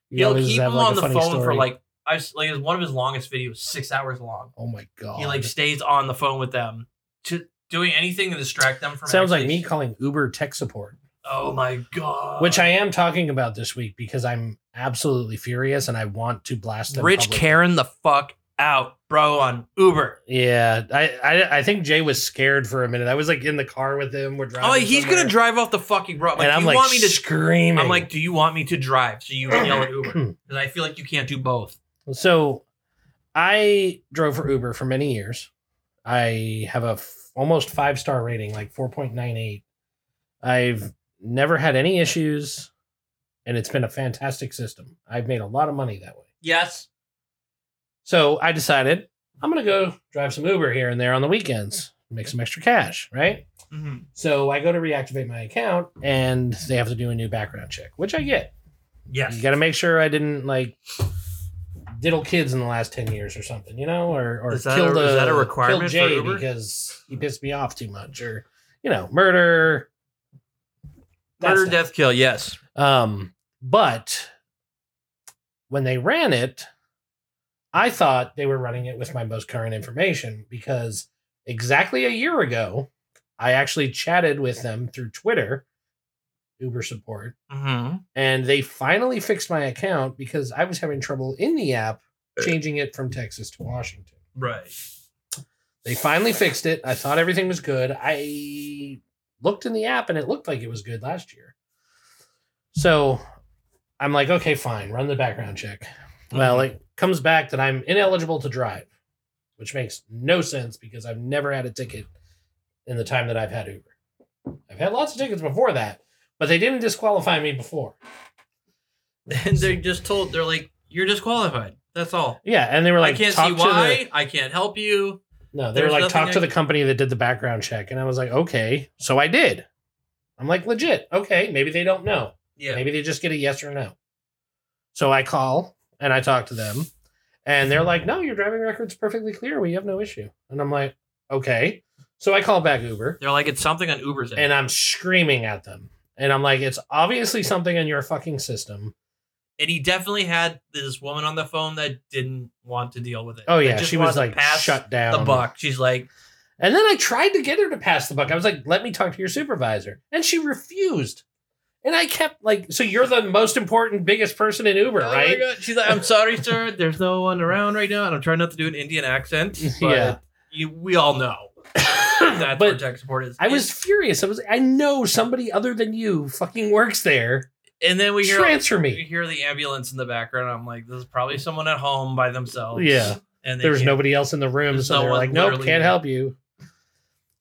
Speaker 2: you
Speaker 3: He'll
Speaker 2: always
Speaker 3: keep
Speaker 2: have,
Speaker 3: him
Speaker 2: like,
Speaker 3: on
Speaker 2: a
Speaker 3: the phone
Speaker 2: funny
Speaker 3: for
Speaker 2: story.
Speaker 3: like I s- like it was one of his longest videos, six hours long.
Speaker 2: Oh my god.
Speaker 3: He like stays on the phone with them to doing anything to distract them from.
Speaker 2: sounds like
Speaker 3: actually-
Speaker 2: me calling Uber tech support,
Speaker 3: Oh my god!
Speaker 2: which I am talking about this week because I'm absolutely furious and I want to blast them.
Speaker 3: Rich
Speaker 2: publicly.
Speaker 3: Karen the fuck out, bro, on Uber.
Speaker 2: Yeah, I, I I think Jay was scared for a minute. I was like in the car with him. We're driving.
Speaker 3: Oh, he's
Speaker 2: somewhere,
Speaker 3: gonna drive off the fucking road.
Speaker 2: and
Speaker 3: Like, do
Speaker 2: I'm
Speaker 3: you
Speaker 2: like
Speaker 3: want me to?
Speaker 2: screaming.
Speaker 3: I'm like, do you want me to drive? So you can yell at Uber because I feel like you can't do both.
Speaker 2: So I drove for Uber for many years. I have a f- almost five star rating, like 4.98. I've never had any issues, and it's been a fantastic system. I've made a lot of money that way.
Speaker 3: Yes.
Speaker 2: So I decided I'm going to go drive some Uber here and there on the weekends, make some extra cash, right?
Speaker 3: Mhm.
Speaker 2: So I go to reactivate my account and they have to do a new background check, which I get.
Speaker 3: Yes.
Speaker 2: You got to make sure I didn't like diddle kids in the last 10 years or something, you know, or, or
Speaker 3: Is that
Speaker 2: kill
Speaker 3: a-
Speaker 2: the,
Speaker 3: is that a requirement
Speaker 2: kill
Speaker 3: for
Speaker 2: Jay
Speaker 3: Uber?
Speaker 2: because he pissed me off too much or, you know, murder. that
Speaker 3: Murder,
Speaker 2: stuff.
Speaker 3: death, kill. Yes.
Speaker 2: Um, but when they ran it, I thought they were running it with my most current information because exactly a year ago, I actually chatted with them through Twitter, Uber support,
Speaker 3: Mm-hmm.
Speaker 2: and they finally fixed my account because I was having trouble in the app changing it from Texas to Washington.
Speaker 3: Right.
Speaker 2: They finally fixed it. I thought everything was good. I looked in the app and it looked like it was good last year. So I'm like, okay, fine, run the background check. Well,
Speaker 3: Mm-hmm.
Speaker 2: it comes back that I'm ineligible to drive, which makes no sense because I've never had a ticket in the time that I've had Uber. I've had lots of tickets before that, but they didn't disqualify me before.
Speaker 3: And they're just told they're like, you're disqualified. That's all.
Speaker 2: Yeah, and they were like,
Speaker 3: I can't
Speaker 2: talk
Speaker 3: see
Speaker 2: to the-
Speaker 3: why. I can't help you.
Speaker 2: No, they
Speaker 3: There's
Speaker 2: were like,
Speaker 3: nothing
Speaker 2: talk
Speaker 3: I
Speaker 2: to the
Speaker 3: can-
Speaker 2: company that did the background check. And I was like, okay. So I did. I'm like, legit. Okay. Maybe they don't know.
Speaker 3: Yeah.
Speaker 2: Maybe they just get a yes or no. So I call and I talk to them. And they're like, no, your driving record's perfectly clear. We have no issue. And I'm like, okay. So I call back Uber
Speaker 3: They're like, it's something on Uber's app.
Speaker 2: and I'm screaming at them. And I'm like, it's obviously something in your fucking system.
Speaker 3: and he definitely had this woman on the phone that didn't want to deal with it.
Speaker 2: Oh,
Speaker 3: That
Speaker 2: yeah.
Speaker 3: just
Speaker 2: She
Speaker 3: wanted
Speaker 2: was
Speaker 3: to
Speaker 2: like,
Speaker 3: pass
Speaker 2: shut down.
Speaker 3: the buck. She's like,
Speaker 2: And then I tried to get her to pass the buck. I was like, let me talk to your supervisor. And she refused. And I kept like, so you're the most important, biggest person in Uber,
Speaker 3: "Oh my
Speaker 2: right?
Speaker 3: God." She's like, I'm sorry, sir. There's no one around right now, and I'm trying not to do an Indian accent. But
Speaker 2: Yeah.
Speaker 3: you, we all know that's where
Speaker 2: but
Speaker 3: tech support is.
Speaker 2: I was furious. I was, I know somebody other than you fucking works there.
Speaker 3: and then we hear
Speaker 2: Transfer
Speaker 3: we
Speaker 2: me.
Speaker 3: hear the ambulance in the background. I'm like, this is probably someone at home by themselves.
Speaker 2: Yeah.
Speaker 3: and
Speaker 2: There was
Speaker 3: can't-
Speaker 2: nobody else in the room.
Speaker 3: There's
Speaker 2: So
Speaker 3: no
Speaker 2: they're
Speaker 3: one
Speaker 2: like, nope,
Speaker 3: literally
Speaker 2: can't
Speaker 3: there.
Speaker 2: help you.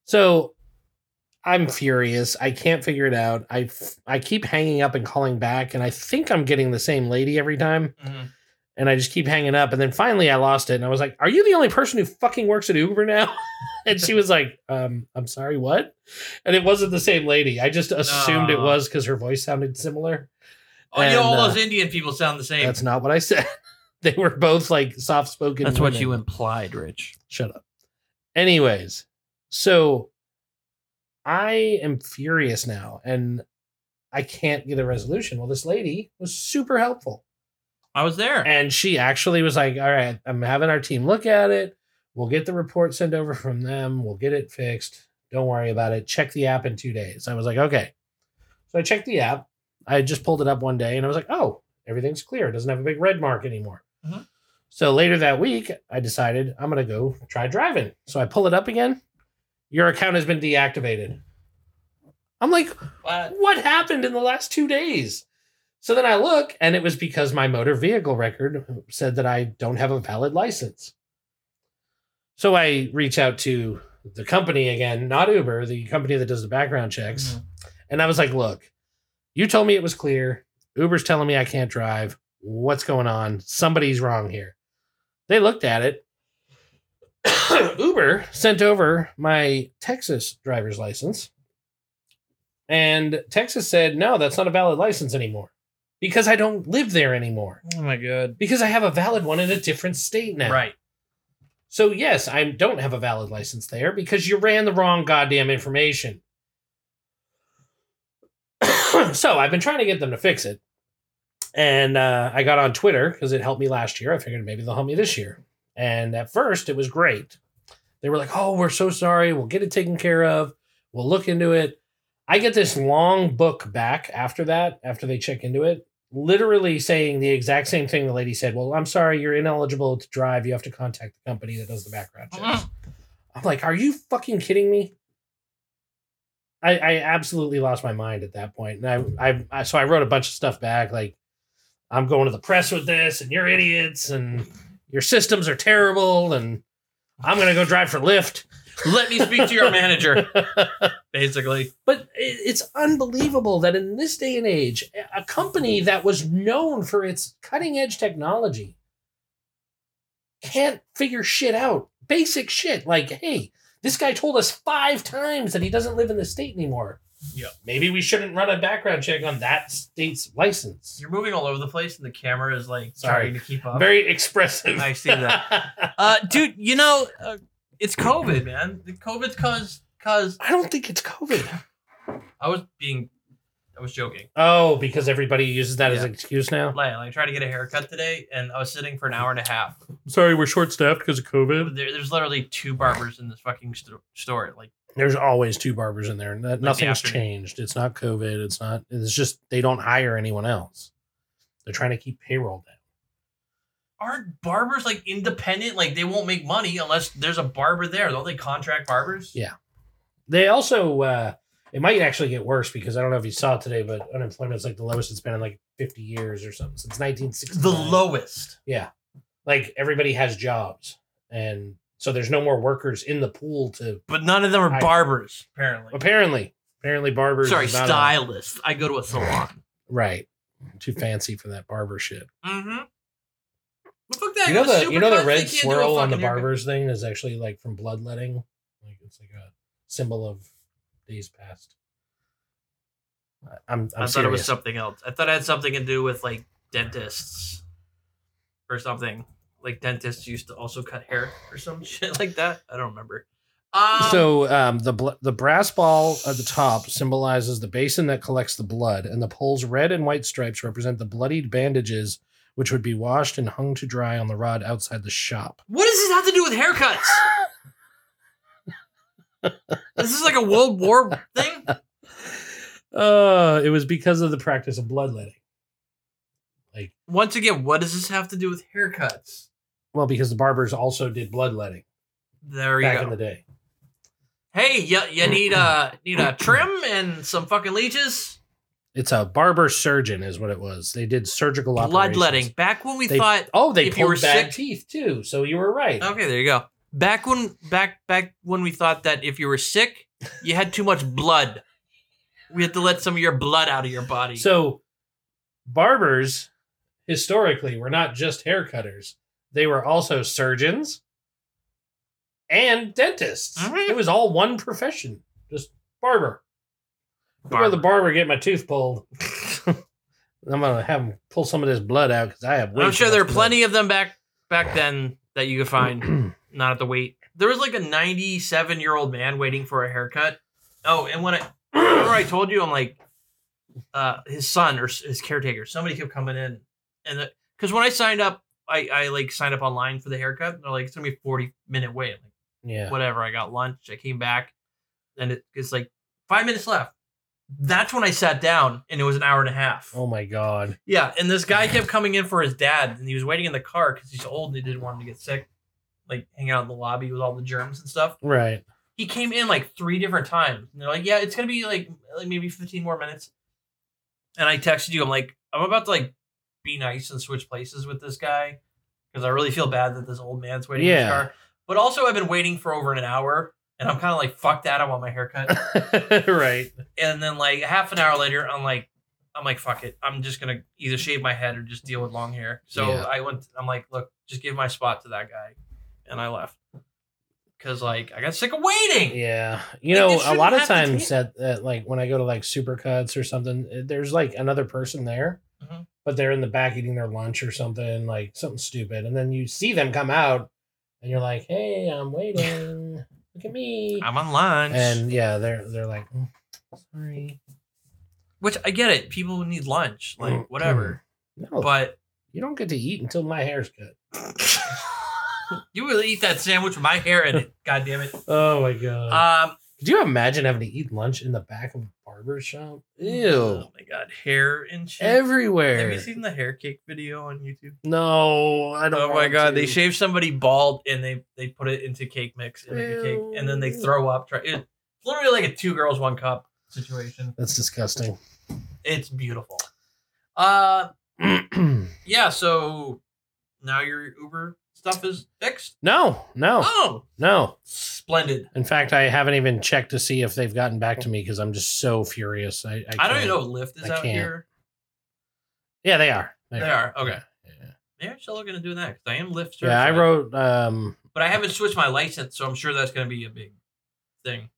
Speaker 2: So I'm furious. I can't figure it out. I, f- I keep hanging up and calling back. And I think I'm getting the same lady every time.
Speaker 3: Mhm.
Speaker 2: and I just keep hanging up. And then finally, I lost it, and I was like, "Are you the only person who fucking works at Uber now?" and she was like, um, "I'm sorry, what?" And it wasn't the same lady. I just assumed it
Speaker 3: No.
Speaker 2: was because her voice sounded similar.
Speaker 3: Oh, you
Speaker 2: And,
Speaker 3: know, all
Speaker 2: uh,
Speaker 3: those Indian people sound the same.
Speaker 2: That's not what I said. they were both like soft spoken.
Speaker 3: That's what you implied, Rich.
Speaker 2: Shut up. Anyways, so I am furious now, and I can't get a resolution. Well, this lady was super helpful.
Speaker 3: I was there.
Speaker 2: And she actually was like, All right, I'm having our team look at it. We'll get the report sent over from them. We'll get it fixed. Don't worry about it. Check the app in two days. I was like, Okay. So I checked the app. I had just pulled it up one day and I was like, Oh, everything's clear. It doesn't have a big red mark anymore.
Speaker 3: Mhm.
Speaker 2: So later that week, I decided I'm going to go try driving. So I pull it up again. Your account has been deactivated. I'm like,
Speaker 3: But-
Speaker 2: what happened in the last two days? So then I look, and it was because my motor vehicle record said that I don't have a valid license. So I reach out to the company again, not Uber, the company that does the background checks.
Speaker 3: Mhm.
Speaker 2: And I was like, look, you told me it was clear. Uber's telling me I can't drive. what's going on? Somebody's wrong here. They looked at it. Uber sent over my Texas driver's license. And Texas said, no, that's not a valid license anymore because I don't live there anymore.
Speaker 3: Oh my god.
Speaker 2: Because I have a valid one in a different state now.
Speaker 3: Right.
Speaker 2: So yes, I don't have a valid license there because you ran the wrong goddamn information. so I've been trying to get them to fix it, and uh, I got on Twitter because it helped me last year. I figured maybe they'll help me this year. And at first, it was great. They were like, "Oh, we're so sorry. We'll get it taken care of. We'll look into it." I get this long book back after that, after they check into it, literally saying the exact same thing the lady said. Well, I'm sorry, you're ineligible to drive. You have to contact the company that does the background checks. I'm like, are you fucking kidding me? I, I absolutely lost my mind at that point, and I, I, I so I wrote a bunch of stuff back, like I'm going to the press with this, and you're idiots, and your systems are terrible, and I'm gonna go drive for Lyft.
Speaker 3: Let me speak to your manager. Basically.
Speaker 2: But i- it's unbelievable that in this day and age, a- a company that was known for its cutting edge technology can't figure shit out. Basic shit. Like, hey, this guy told us five times that he doesn't live in the state anymore.
Speaker 3: Yep.
Speaker 2: Maybe we shouldn't run a background check on that state's license.
Speaker 3: You're moving all over the place, and the camera is like
Speaker 2: Sorry.
Speaker 3: trying to keep up.
Speaker 2: Very expressive.
Speaker 3: I see that. uh, dude, you know, uh, it's COVID, man. The COVID's caused caused.
Speaker 2: I don't think it's COVID.
Speaker 3: I was being, I was joking.
Speaker 2: Oh, because everybody uses that as
Speaker 3: Yeah.
Speaker 2: an excuse now?
Speaker 3: Like, like, I tried to get a haircut today, and I was sitting for an hour and a half.
Speaker 2: Sorry, we're short staffed because of COVID.
Speaker 3: There, there's literally two barbers in this fucking sto- store. Like,
Speaker 2: there's always two barbers in there. No- Nothing's
Speaker 3: afternoon.
Speaker 2: changed. It's not COVID. It's not. It's just they don't hire anyone else. They're trying to keep payroll down.
Speaker 3: aren't barbers like independent? Like, they won't make money unless there's a barber there. Don't they contract barbers?
Speaker 2: Yeah. They also uh, it might actually get worse because I don't know if you saw it today, but unemployment's like the lowest it's been in like 50 years or something since 1960.
Speaker 3: The lowest.
Speaker 2: Like everybody has jobs, and so there's no more workers in the pool to.
Speaker 3: But none of them are
Speaker 2: I-
Speaker 3: barbers, apparently.
Speaker 2: Apparently, apparently barbers.
Speaker 3: Sorry,
Speaker 2: is not a-
Speaker 3: stylists. I go to a salon.
Speaker 2: right. Too fancy for that barber shit.
Speaker 3: mm-hmm. But fuck that.
Speaker 2: you
Speaker 3: I
Speaker 2: know
Speaker 3: go to
Speaker 2: the you know
Speaker 3: Supercuts,
Speaker 2: the
Speaker 3: they
Speaker 2: red
Speaker 3: can't do a
Speaker 2: swirl on the
Speaker 3: fucking haircut.
Speaker 2: barber's thing is actually like from bloodletting, like it's like a symbol of days past. I- I'm I'm
Speaker 3: i thought
Speaker 2: serious.
Speaker 3: it was something else. I thought it had something to do with like dentists or something. Like dentists used to also cut hair or some shit like that. I don't remember. Um,
Speaker 2: so um, the bl- the brass ball at the top symbolizes the basin that collects the blood, and the pole's red and white stripes represent the bloodied bandages, which would be washed and hung to dry on the rod outside the shop.
Speaker 3: what does this have to do with haircuts? Is this like a World War thing?
Speaker 2: Uh, it was because of the practice of bloodletting.
Speaker 3: Once again, what does this have to do with haircuts?
Speaker 2: Well, because the barbers also did bloodletting
Speaker 3: There you
Speaker 2: back
Speaker 3: go.
Speaker 2: in the day.
Speaker 3: hey, you, you need a need a trim and some fucking leeches.
Speaker 2: It's a barber surgeon, is what it was. They did surgical operations.
Speaker 3: Bloodletting. Back when we
Speaker 2: They-
Speaker 3: thought
Speaker 2: Oh, they
Speaker 3: If
Speaker 2: pulled
Speaker 3: you were
Speaker 2: bad
Speaker 3: sick-
Speaker 2: teeth too. So you were right.
Speaker 3: Okay, there you go. Back when back back when we thought that if you were sick, you had too much blood. We had to let some of your blood out of your body.
Speaker 2: So barbers historically were not just hair cutters; they were also surgeons and dentists.
Speaker 3: Mhm.
Speaker 2: It was all one profession. Just barber. Go to the
Speaker 3: Barber.
Speaker 2: barber, get my tooth pulled. I'm gonna have him pull some of this blood out because I have. way
Speaker 3: I'm
Speaker 2: too
Speaker 3: sure there are
Speaker 2: much blood.
Speaker 3: plenty of them back back then that you could find. Not at the wait. There was like a 97 year old man waiting for a haircut. Oh, and when I remember I told you, I'm like, uh, his son or s- his caretaker, somebody kept coming in, and because when I signed up, I I like signed up online for the haircut. And they're like, it's gonna be a 40 minute wait. I'm like,
Speaker 2: Yeah.
Speaker 3: whatever. I got lunch. I came back, and it, it's like five minutes left. That's when I sat down, and it was an hour and a half.
Speaker 2: Oh my god.
Speaker 3: Yeah, and this guy kept coming in for his dad, and he was waiting in the car because he's old and he didn't want him to get sick, like hanging out in the lobby with all the germs and stuff.
Speaker 2: Right.
Speaker 3: He came in like three different times, and they're like, "Yeah, it's gonna be like, like maybe fifteen more minutes." And I texted you, I'm like, "I'm about to like be nice and switch places with this guy because I really feel bad that this old man's waiting in
Speaker 2: Yeah.
Speaker 3: his car, but also I've been waiting for over an hour." And I'm kind of like, fuck that, I want my haircut.
Speaker 2: right.
Speaker 3: and then, like, half an hour later, I'm like, I'm like, fuck it. I'm just gonna either shave my head or just deal with long hair. So
Speaker 2: Yeah.
Speaker 3: I went. I'm like, look, just give my spot to that guy, and I left because like I got sick of waiting.
Speaker 2: Yeah, you
Speaker 3: Like,
Speaker 2: know,
Speaker 3: they
Speaker 2: a lot
Speaker 3: shouldn't
Speaker 2: of
Speaker 3: have to
Speaker 2: times
Speaker 3: tan-
Speaker 2: that, that like when I go to like Supercuts or something, eh, there's like another person there,
Speaker 3: Mhm.
Speaker 2: but they're in the back eating their lunch or something, like something stupid, and then you see them come out, and you're like, "Hey, I'm waiting. Look at me."
Speaker 3: I'm on lunch,
Speaker 2: And yeah, they're they're like, "Mm, "Sorry,
Speaker 3: which I get it. People need lunch,
Speaker 2: Mm-hmm.
Speaker 3: like whatever.
Speaker 2: Mm, no,
Speaker 3: But
Speaker 2: you don't get to eat until my hair's cut."
Speaker 3: you will eat that sandwich with my hair in it. God damn it.
Speaker 2: Oh my god!
Speaker 3: Um.
Speaker 2: Could you imagine having to eat lunch in the back of a barber shop? Ew,
Speaker 3: Oh my god, hair and shit. Have
Speaker 2: everywhere.
Speaker 3: you seen the hair cake video on YouTube?
Speaker 2: No, I don't.
Speaker 3: Oh my
Speaker 2: want
Speaker 3: god,
Speaker 2: to.
Speaker 3: they shave somebody bald and they they put it into cake mix and make a cake, and then they
Speaker 2: Ew.
Speaker 3: throw up. Try, it's literally like a two girls one cup situation.
Speaker 2: That's disgusting.
Speaker 3: It's beautiful. Uh,
Speaker 2: no,
Speaker 3: yeah. So now your Uber stuff is fixed.
Speaker 2: no,
Speaker 3: Oh,
Speaker 2: no.
Speaker 3: splendid.
Speaker 2: In fact, I haven't even checked to see if they've gotten back to me because I'm just so furious. I, I,
Speaker 3: I, don't
Speaker 2: can't.
Speaker 3: even know if Lyft is
Speaker 2: I
Speaker 3: out
Speaker 2: can't.
Speaker 3: here.
Speaker 2: Yeah, they are.
Speaker 3: They are okay.
Speaker 2: Yeah,
Speaker 3: Maybe I'm still looking to do that because I am Lyft.
Speaker 2: yeah I
Speaker 3: certified,
Speaker 2: wrote um
Speaker 3: but I haven't switched my license, so I'm sure that's going to be a big thing.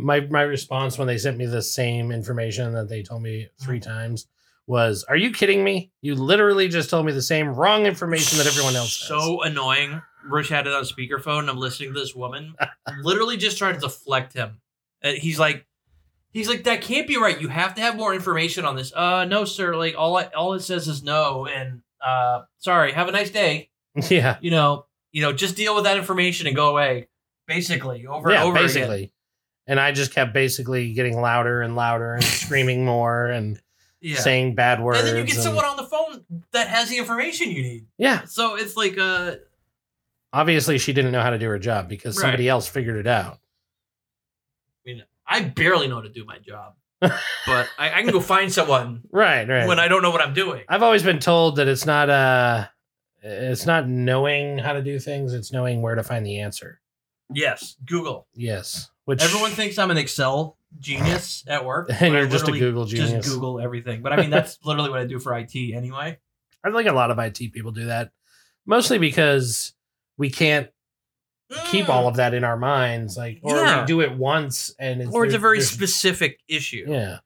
Speaker 2: my my response when they sent me the same information that they told me
Speaker 3: Mm.
Speaker 2: three times was, "Are you kidding me? You literally just told me the same wrong information that everyone else." has."
Speaker 3: So annoying. Rich had it on speakerphone. And I'm listening to this woman, literally just trying to deflect him. And he's like, he's like, that can't be right. You have to have more information on this. Uh, no, sir. Like all I, all it says is no. And uh, sorry. Have a nice day.
Speaker 2: yeah,
Speaker 3: You know, you know, just deal with that information and go away. Basically, over
Speaker 2: yeah,
Speaker 3: and over
Speaker 2: basically.
Speaker 3: again.
Speaker 2: And I just kept basically getting louder and louder and screaming more and
Speaker 3: Yeah.
Speaker 2: saying bad words.
Speaker 3: and then you get
Speaker 2: and-
Speaker 3: someone on the phone that has the information you need.
Speaker 2: Yeah,
Speaker 3: So it's like, uh,
Speaker 2: obviously she didn't know how to do her job because
Speaker 3: Right.
Speaker 2: somebody else figured it out.
Speaker 3: I barely know how to do my job, but I, I can go find someone
Speaker 2: Right, right.
Speaker 3: when I don't know what I'm doing.
Speaker 2: I've always been told that it's not uh it's not knowing how to do things, it's knowing where to find the answer.
Speaker 3: Yes, Google.
Speaker 2: Yes. Which
Speaker 3: Everyone thinks I'm an Excel genius at work. but
Speaker 2: and
Speaker 3: I
Speaker 2: you're just a
Speaker 3: literally
Speaker 2: Google genius.
Speaker 3: Just Google everything. But I mean, that's literally what I do for IT anyway.
Speaker 2: I think a lot of IT people do that. Mostly because we can't keep all of that in our minds. Like or
Speaker 3: Yeah.
Speaker 2: we do it once and it's
Speaker 3: Or it's Mm. a
Speaker 2: there-
Speaker 3: very
Speaker 2: there's-
Speaker 3: specific issue.
Speaker 2: Yeah.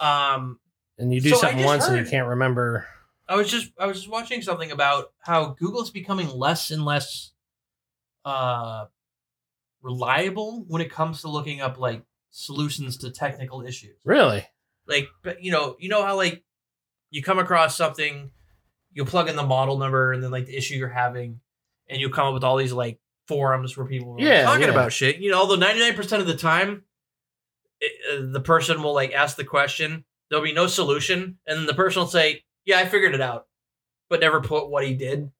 Speaker 3: Um,
Speaker 2: And you do
Speaker 3: So I
Speaker 2: something
Speaker 3: just
Speaker 2: once and you
Speaker 3: heard-
Speaker 2: can't remember.
Speaker 3: I was just I was just watching something about how Google's becoming less and less uh reliable when it comes to looking up like solutions to technical issues.
Speaker 2: Really?
Speaker 3: like but you know you know how like you come across something you plug in the model number and then like the issue you're having and you come up with all these like forums where people are like,
Speaker 2: Yeah,
Speaker 3: talking
Speaker 2: yeah.
Speaker 3: about shit you know although 99% of the time it, uh, the person will like ask the question there'll be no solution and then the person will say yeah i figured it out but never put what he did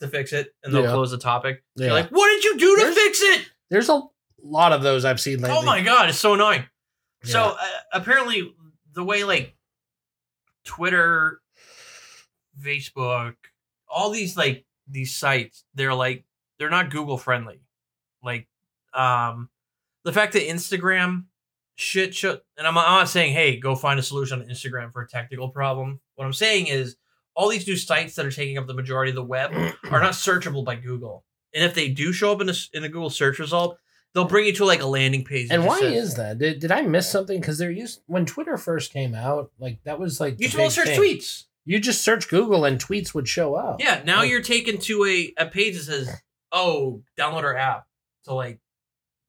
Speaker 3: to fix it and they'll
Speaker 2: Yeah.
Speaker 3: close the topic
Speaker 2: Yeah.
Speaker 3: you're like what did you do to
Speaker 2: There's-
Speaker 3: fix it
Speaker 2: There's a lot of those I've seen lately.
Speaker 3: Oh my god, it's so annoying. So
Speaker 2: Yeah.
Speaker 3: uh, apparently, the way like Twitter, Facebook, all these like these sites, they're like they're not Google friendly. Like, um, the fact that Instagram shit show, and I'm, I'm not saying hey go find a solution on Instagram for a technical problem. What I'm saying is all these new sites that are taking up the majority of the web are not searchable by Google. And if they do show up in a, s- in a Google search result, they'll bring you to like a landing page. that
Speaker 2: And
Speaker 3: just
Speaker 2: why
Speaker 3: says-
Speaker 2: is that? Did, did I miss something? Because they're used when Twitter first came out, like that was like
Speaker 3: you
Speaker 2: the
Speaker 3: supposed to
Speaker 2: big
Speaker 3: search
Speaker 2: thing.
Speaker 3: tweets?
Speaker 2: You just search Google and tweets would show up.
Speaker 3: Yeah, now
Speaker 2: Like-
Speaker 3: you're taken to a, a page that says, "Oh, download our app." So like,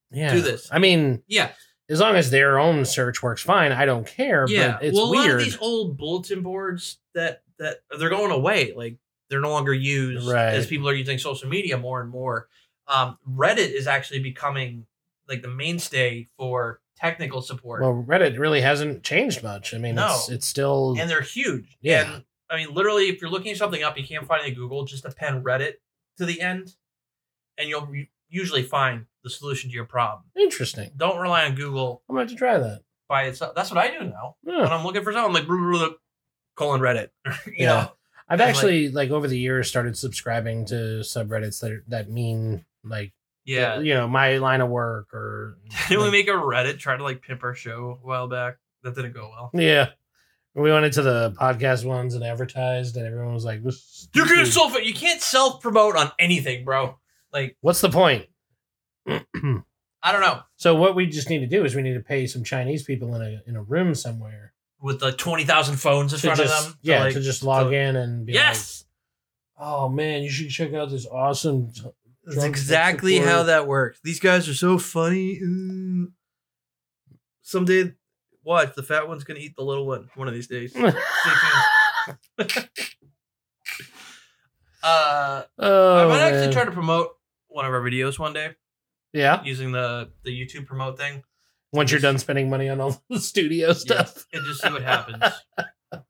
Speaker 2: yeah.
Speaker 3: do this.
Speaker 2: I mean,
Speaker 3: yeah,
Speaker 2: as long as their own search works fine, I don't care.
Speaker 3: yeah.
Speaker 2: But it's
Speaker 3: well, a lot
Speaker 2: weird,
Speaker 3: of these old bulletin boards that that they're going away. Like they're no longer used
Speaker 2: Right.
Speaker 3: as people are using social media more and more. Um, Reddit is actually becoming like the mainstay for technical support.
Speaker 2: Well, Reddit really hasn't changed much. I mean, it's
Speaker 3: No.
Speaker 2: it's still
Speaker 3: and they're huge.
Speaker 2: Yeah.
Speaker 3: And I mean, literally, if you're looking something up, you can't find it in Google. Just append Reddit to the end, and you'll re- usually find the solution to your problem.
Speaker 2: interesting.
Speaker 3: Don't rely on Google
Speaker 2: I'm going to try that.
Speaker 3: by itself. That's what I do now
Speaker 2: Yeah.
Speaker 3: when I'm looking for something. I'm like, "Blah, blah, blah, colon Reddit. you
Speaker 2: Yeah.
Speaker 3: know,
Speaker 2: I've
Speaker 3: And, like-
Speaker 2: actually like, over the years started subscribing to subreddits that are, that mean like
Speaker 3: yeah.
Speaker 2: you know my line of work or
Speaker 3: Didn't we
Speaker 2: like-
Speaker 3: make a Reddit try to like pimp our show a while back? That didn't go well.
Speaker 2: yeah We went into the podcast ones and advertised, and everyone was like, this
Speaker 3: You're gonna
Speaker 2: stupid.
Speaker 3: self you can't self promote on anything, bro. Like,
Speaker 2: What's the point?
Speaker 3: I don't know.
Speaker 2: so what we just need to do is we need to pay some Chinese people in a in a room somewhere
Speaker 3: With like twenty thousand phones in
Speaker 2: to
Speaker 3: front
Speaker 2: just
Speaker 3: of them.
Speaker 2: yeah
Speaker 3: like,
Speaker 2: to just log
Speaker 3: to-
Speaker 2: in and be
Speaker 3: Yes.
Speaker 2: like, oh man, you should check out this awesome. t-
Speaker 3: That's
Speaker 2: drunk
Speaker 3: exactly
Speaker 2: support."
Speaker 3: how that works. These guys are so funny. Mm. Someday watch, the fat one's gonna eat the little one one of these days. Stay tuned. uh
Speaker 2: Oh,
Speaker 3: I might actually
Speaker 2: man.
Speaker 3: try to promote one of our videos one day
Speaker 2: yeah.
Speaker 3: using the the YouTube promote thing
Speaker 2: Once you're done spending money on all the studio stuff,
Speaker 3: and just see what happens.
Speaker 2: this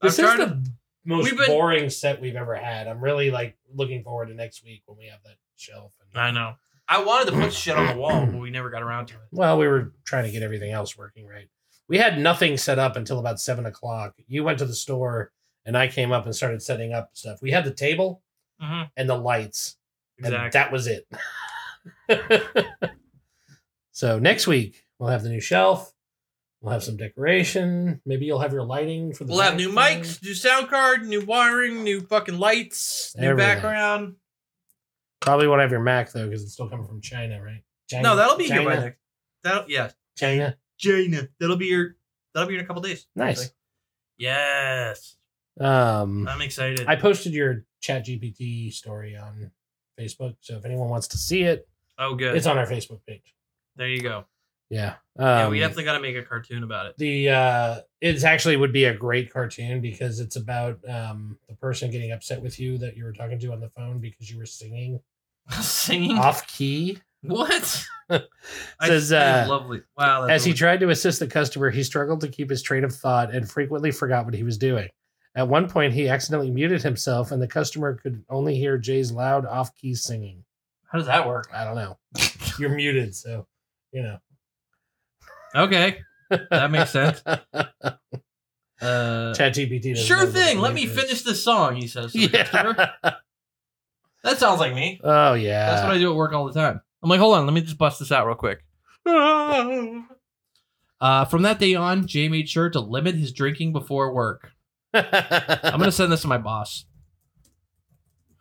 Speaker 3: I'm
Speaker 2: is
Speaker 3: trying
Speaker 2: the
Speaker 3: to-
Speaker 2: most
Speaker 3: We've been-
Speaker 2: boring set we've ever had. I'm really like looking forward to next week when we have that shelf. And,
Speaker 3: I know. I wanted to put shit on the wall, but we never got around to it.
Speaker 2: Well, we were trying to get everything else working right. We had nothing set up until about seven o'clock. You went to the store and I came up and started setting up stuff. We had the table
Speaker 3: Mm-hmm.
Speaker 2: and the lights,
Speaker 3: Exactly.
Speaker 2: and that was it. so next week we'll have the new shelf. We'll have some decoration. Maybe you'll have your lighting for the.
Speaker 3: We'll have new
Speaker 2: background.
Speaker 3: mics, new sound card, new wiring, new fucking lights, new
Speaker 2: Everything.
Speaker 3: background.
Speaker 2: Probably won't have your Mac though because it's still coming from China, right? China,
Speaker 3: No, that'll be
Speaker 2: China,
Speaker 3: here by next. That'll yeah,
Speaker 2: China.
Speaker 3: Jaina. That'll be your. That'll be in a couple days.
Speaker 2: Nice.
Speaker 3: actually. Yes,
Speaker 2: Um,
Speaker 3: I'm excited.
Speaker 2: I posted your Chat GPT story on Facebook, so if anyone wants to see it,
Speaker 3: oh, good.
Speaker 2: it's on our Facebook page.
Speaker 3: there you go.
Speaker 2: Yeah. Um,
Speaker 3: yeah, we definitely got to make a cartoon about it.
Speaker 2: the uh it's actually would be a great cartoon because it's about um the person getting upset with you that you were talking to on the phone because you were singing
Speaker 3: Singing
Speaker 2: off key
Speaker 3: what?
Speaker 2: Uh, Says, uh,
Speaker 3: lovely. Wow.
Speaker 2: as he
Speaker 3: lovely.
Speaker 2: tried to assist the customer he struggled to keep his train of thought and frequently forgot what he was doing at one point he accidentally muted himself and the customer could only hear jay's loud off-key singing
Speaker 3: How does that work?
Speaker 2: i don't know you're muted so you know
Speaker 3: Okay, that makes sense. Uh,
Speaker 2: chat gpt
Speaker 3: sure thing. Let me finish this song. He says. to the customer.
Speaker 2: yeah.
Speaker 3: That sounds like me.
Speaker 2: oh yeah
Speaker 3: That's what I do at work all the time. I'm like, hold on, let me just bust this out real quick. Uh, from that day on, Jay made sure to limit his drinking before work. I'm gonna send this to my boss.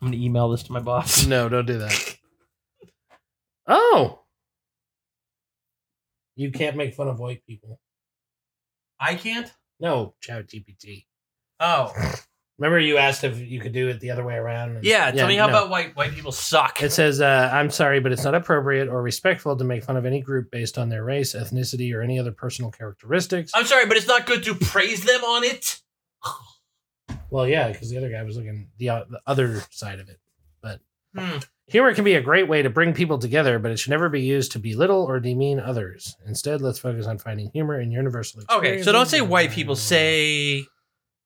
Speaker 3: I'm gonna email this to my boss.
Speaker 2: No, don't do that. Oh. You can't make fun of white people.
Speaker 3: I can't.
Speaker 2: No, chat GPT.
Speaker 3: Oh,
Speaker 2: Remember you asked if you could do it the other way around? and-
Speaker 3: yeah. Tony, how
Speaker 2: no.
Speaker 3: about white white people suck?
Speaker 2: it says, uh, I'm sorry, but it's not appropriate or respectful to make fun of any group based on their race, ethnicity, or any other personal characteristics.
Speaker 3: I'm sorry, but it's not good to praise them on it.
Speaker 2: Well, yeah, because the other guy was looking the, uh, the other side of it.
Speaker 3: Hmm.
Speaker 2: Humor can be a great way to bring people together, but it should never be used to belittle or demean others. Instead, let's focus on finding humor in universal.
Speaker 3: Okay, so don't
Speaker 2: experiences
Speaker 3: say white people.
Speaker 2: and-
Speaker 3: Say,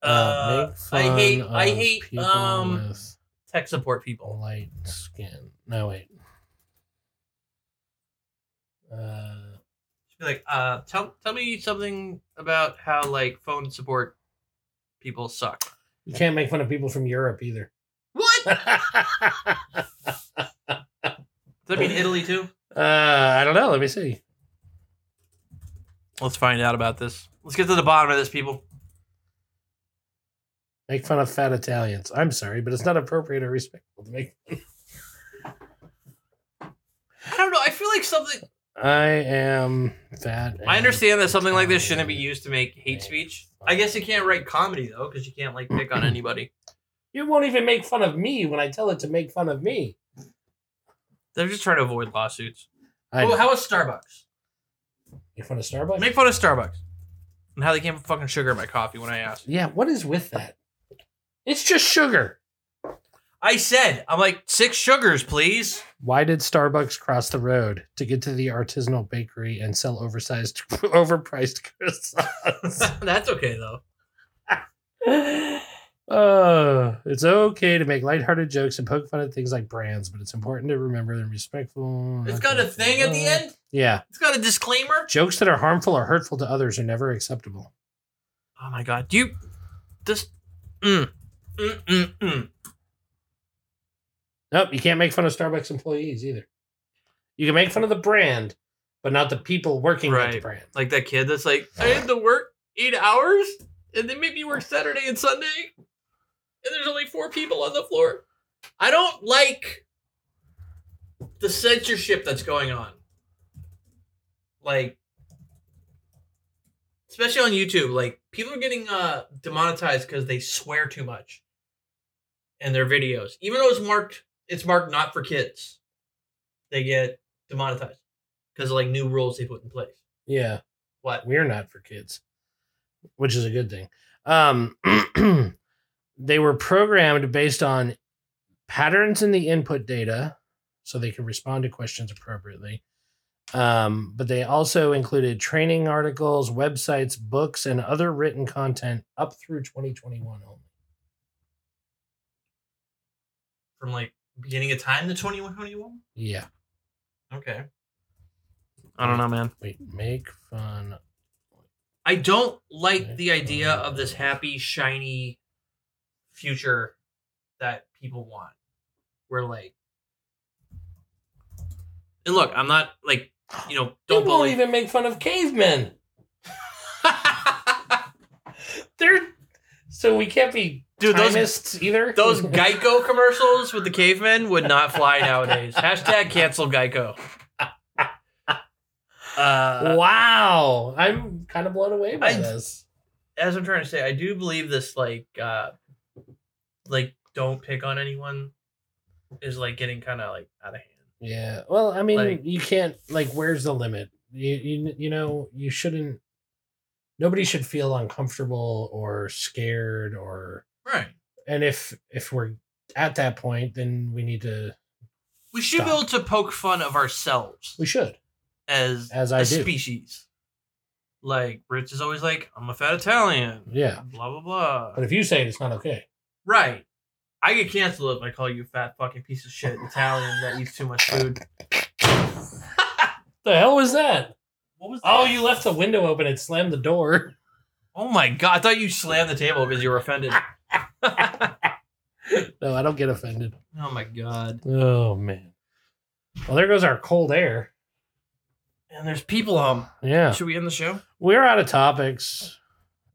Speaker 3: uh,
Speaker 2: make
Speaker 3: I hate,
Speaker 2: fun
Speaker 3: I
Speaker 2: of
Speaker 3: hate,
Speaker 2: people
Speaker 3: um,
Speaker 2: with
Speaker 3: tech support people.
Speaker 2: light skin. No wait. Uh,
Speaker 3: Be like, uh, tell tell me something about how like phone support people suck.
Speaker 2: you can't make fun of people from Europe either.
Speaker 3: What? Does
Speaker 2: uh,
Speaker 3: that mean Italy too?
Speaker 2: Uh, I don't know. Let me see.
Speaker 3: Let's find out about this. Let's get to the bottom of this, people.
Speaker 2: Make fun of fat Italians. I'm sorry, but it's not appropriate or respectful to make.
Speaker 3: I don't know. I feel like something.
Speaker 2: I am fat.
Speaker 3: I
Speaker 2: and
Speaker 3: understand that something like this shouldn't be
Speaker 2: Italian.
Speaker 3: used to make hate speech. I guess you can't write comedy though, because you can't like pick on anybody.
Speaker 2: You won't even make fun of me when I tell it to make fun of me.
Speaker 3: They're just trying to avoid lawsuits.
Speaker 2: I
Speaker 3: Oh,
Speaker 2: know.
Speaker 3: how was Starbucks?
Speaker 2: Make fun of Starbucks.
Speaker 3: Make fun of Starbucks and how they can't put fucking sugar in my coffee when I asked.
Speaker 2: yeah. What is with that? It's just sugar.
Speaker 3: I said, I'm like, six sugars, please.
Speaker 2: Why did Starbucks cross the road to get to the artisanal bakery and sell oversized, overpriced croissants?
Speaker 3: That's okay, though.
Speaker 2: Oh, it's okay to make lighthearted jokes and poke fun at things like brands, but it's important to remember they're respectful.
Speaker 3: It's got a thing at the end,
Speaker 2: Yeah,
Speaker 3: it's got a disclaimer.
Speaker 2: jokes that are harmful or hurtful to others are never acceptable.
Speaker 3: Oh my God. Do you. This. Mm. Mm, mm, mm.
Speaker 2: Nope, you can't make fun of Starbucks employees either. You can make fun of the brand, but not the people working at the
Speaker 3: Right.
Speaker 2: brand.
Speaker 3: Like that kid that's like, I had to work eight hours and they make me work Saturday and Sunday, and there's only four people on the floor. I don't like the censorship that's going on. Like, especially on YouTube, like people are getting uh demonetized because they swear too much in their videos, even though it's marked it's marked not for kids. They get demonetized because of like new rules they put in place.
Speaker 2: Yeah,
Speaker 3: What?
Speaker 2: we're not for kids, which is a good thing. Um, they were programmed based on patterns in the input data, so they could respond to questions appropriately. Um, but they also included training articles, websites, books, and other written content up through 2021 only.
Speaker 3: from like beginning of time to 2121
Speaker 2: Yeah.
Speaker 3: okay
Speaker 2: I don't know,
Speaker 3: man
Speaker 2: Wait, make fun.
Speaker 3: i don't like the idea of this happy shiny future that people want where like and look i'm not like you know don't
Speaker 2: People
Speaker 3: bully
Speaker 2: even make fun of cavemen. They're so we can't be
Speaker 3: Dude, those-
Speaker 2: timists either.
Speaker 3: those geico commercials with the cavemen would not fly nowadays hashtag cancel geico uh,
Speaker 2: wow, I'm kind of blown away by
Speaker 3: I-
Speaker 2: this.
Speaker 3: as I'm trying to say, I do believe this like uh like don't pick on anyone is like getting kind of like out of hand.
Speaker 2: Yeah. Well, I mean,
Speaker 3: Like-
Speaker 2: you can't like. Where's the limit? You, you you know you shouldn't. Nobody should feel uncomfortable or scared or.
Speaker 3: Right.
Speaker 2: And if if we're at that point, then we need to.
Speaker 3: We should be
Speaker 2: Stop.
Speaker 3: able to poke fun of ourselves
Speaker 2: We should.
Speaker 3: as
Speaker 2: As I
Speaker 3: a
Speaker 2: do.
Speaker 3: species. Like Rich is always like, I'm a fat Italian.
Speaker 2: Yeah.
Speaker 3: Blah blah blah.
Speaker 2: But if you say it, it's not okay.
Speaker 3: Right. I get canceled if I call you a fat fucking piece of shit Italian that eats too much food.
Speaker 2: The hell was that?
Speaker 3: What was that?
Speaker 2: Oh, you left the window open and slammed the door.
Speaker 3: Oh my god, I thought you slammed the table because you were offended. oh
Speaker 2: No, I don't get offended.
Speaker 3: my god.
Speaker 2: Oh man. Well, there goes our cold air.
Speaker 3: And there's people home.
Speaker 2: Yeah.
Speaker 3: Should we end the show?
Speaker 2: We're out of topics.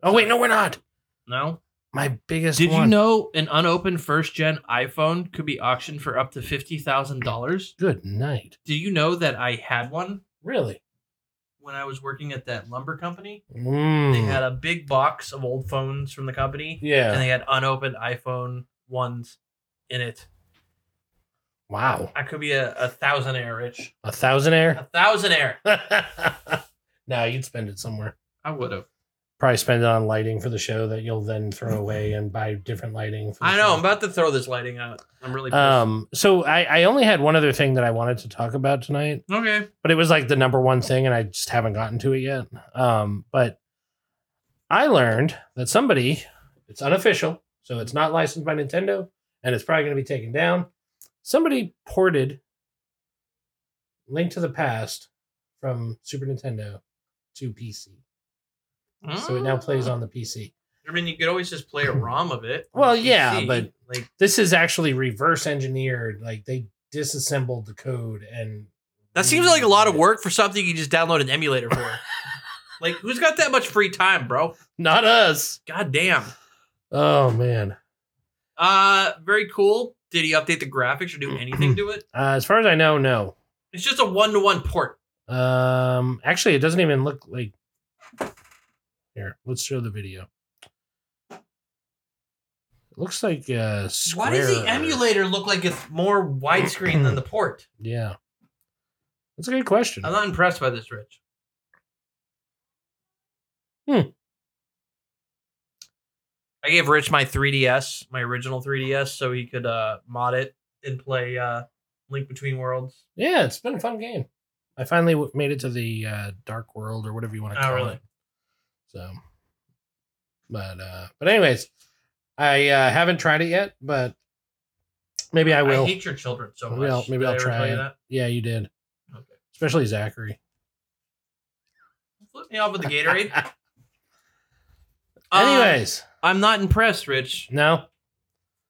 Speaker 2: Oh wait, no, we're not.
Speaker 3: No.
Speaker 2: My biggest
Speaker 3: Did you
Speaker 2: one.
Speaker 3: know an unopened first gen iPhone could be auctioned for up to fifty thousand dollars?
Speaker 2: Good night.
Speaker 3: Do you know that I had one
Speaker 2: Really?
Speaker 3: when I was working at that lumber company?
Speaker 2: Mm.
Speaker 3: They had a big box of old phones from the company, and
Speaker 2: yeah.
Speaker 3: they had unopened iPhone ones in it.
Speaker 2: Wow.
Speaker 3: I could be a, a thousandaire, Rich.
Speaker 2: A thousand air?
Speaker 3: A thousandaire.
Speaker 2: nah, you'd spend it somewhere.
Speaker 3: I would have.
Speaker 2: Probably spend it on lighting for the show that you'll then throw away and buy different lighting. For the
Speaker 3: I know.
Speaker 2: show.
Speaker 3: I'm about to throw this lighting out. I'm really pissed.
Speaker 2: Um, so I, I only had one other thing that I wanted to talk about tonight.
Speaker 3: okay.
Speaker 2: but it was like the number one thing and i just haven't gotten to it yet um but i learned that somebody it's unofficial so it's not licensed by nintendo and it's probably going to be taken down somebody ported link to the past from super nintendo to pc so it now plays
Speaker 3: Ah.
Speaker 2: on the pc
Speaker 3: Mm. I mean, you could always just play a ROM of it. on
Speaker 2: Well,
Speaker 3: the
Speaker 2: yeah,
Speaker 3: PC,
Speaker 2: but-
Speaker 3: like
Speaker 2: this is actually reverse engineered like they disassembled the code and
Speaker 3: that seems like a lot of work for something you just download an emulator for. like, who's got that much free time, bro?
Speaker 2: not us
Speaker 3: God damn.
Speaker 2: oh man
Speaker 3: Uh, very cool. Did he update the graphics or do anything to it?
Speaker 2: uh, as far as i know no
Speaker 3: It's just a one-to-one port.
Speaker 2: Um, actually, it doesn't even look like. Here, let's show the video. It looks like uh. Square.
Speaker 3: Why does the emulator look like it's more widescreen than the port?
Speaker 2: Yeah, that's a good question.
Speaker 3: I'm not impressed by this, Rich.
Speaker 2: Hmm.
Speaker 3: I gave Rich my 3DS, my original 3DS, so he could uh, mod it and play uh, Link Between Worlds.
Speaker 2: Yeah, it's been a fun game. I finally w- made it to the uh, dark world or whatever you want to
Speaker 3: Oh,
Speaker 2: call
Speaker 3: really?
Speaker 2: it. So, but uh, but anyways, I uh, haven't tried it yet, but maybe I will.
Speaker 3: hate your children so
Speaker 2: Maybe I'll-
Speaker 3: much.
Speaker 2: maybe
Speaker 3: Did I
Speaker 2: I'll
Speaker 3: ever
Speaker 2: try
Speaker 3: tell you
Speaker 2: it.
Speaker 3: that?
Speaker 2: yeah, you did.
Speaker 3: Okay.
Speaker 2: Especially Zachary.
Speaker 3: Flip me off with the Gatorade. Um,
Speaker 2: Anyways,
Speaker 3: I'm not impressed, Rich.
Speaker 2: no.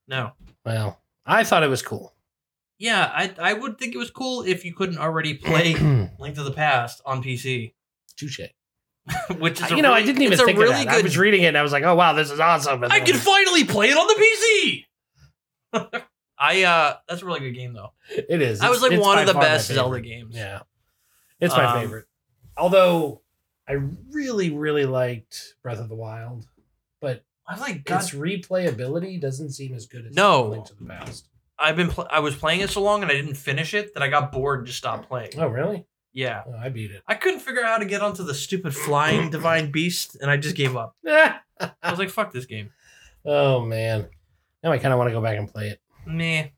Speaker 3: No.
Speaker 2: Well, I thought it was cool.
Speaker 3: Yeah, I I would think it was cool if you couldn't already play Link to the Past on PC.
Speaker 2: Touche.
Speaker 3: which is a
Speaker 2: you know, I
Speaker 3: really-
Speaker 2: didn't even
Speaker 3: it's a
Speaker 2: think
Speaker 3: really
Speaker 2: of that.
Speaker 3: good.
Speaker 2: I was reading it and I was like, oh wow, this is awesome. And
Speaker 3: I
Speaker 2: then-
Speaker 3: can finally play it on the PC. I uh, that's a really good game though.
Speaker 2: it is.
Speaker 3: I was
Speaker 2: It's-
Speaker 3: like
Speaker 2: it's
Speaker 3: one
Speaker 2: by
Speaker 3: of the
Speaker 2: far my
Speaker 3: best
Speaker 2: favorite.
Speaker 3: Zelda games.
Speaker 2: Yeah. It's my
Speaker 3: Um,
Speaker 2: favorite. Although I really, really liked Breath of the Wild, but
Speaker 3: I like God.
Speaker 2: its replayability doesn't seem as good as
Speaker 3: No.
Speaker 2: Link to the Past.
Speaker 3: I've been pl- I was playing it so long and I didn't finish it that I got bored and just stopped playing.
Speaker 2: Oh, really?
Speaker 3: Yeah.
Speaker 2: Oh, I beat it.
Speaker 3: I couldn't figure out how to get onto the stupid flying divine beast and I just gave up. I was like, fuck this game.
Speaker 2: oh man. Now I kind of want to go back and play it.
Speaker 3: Meh.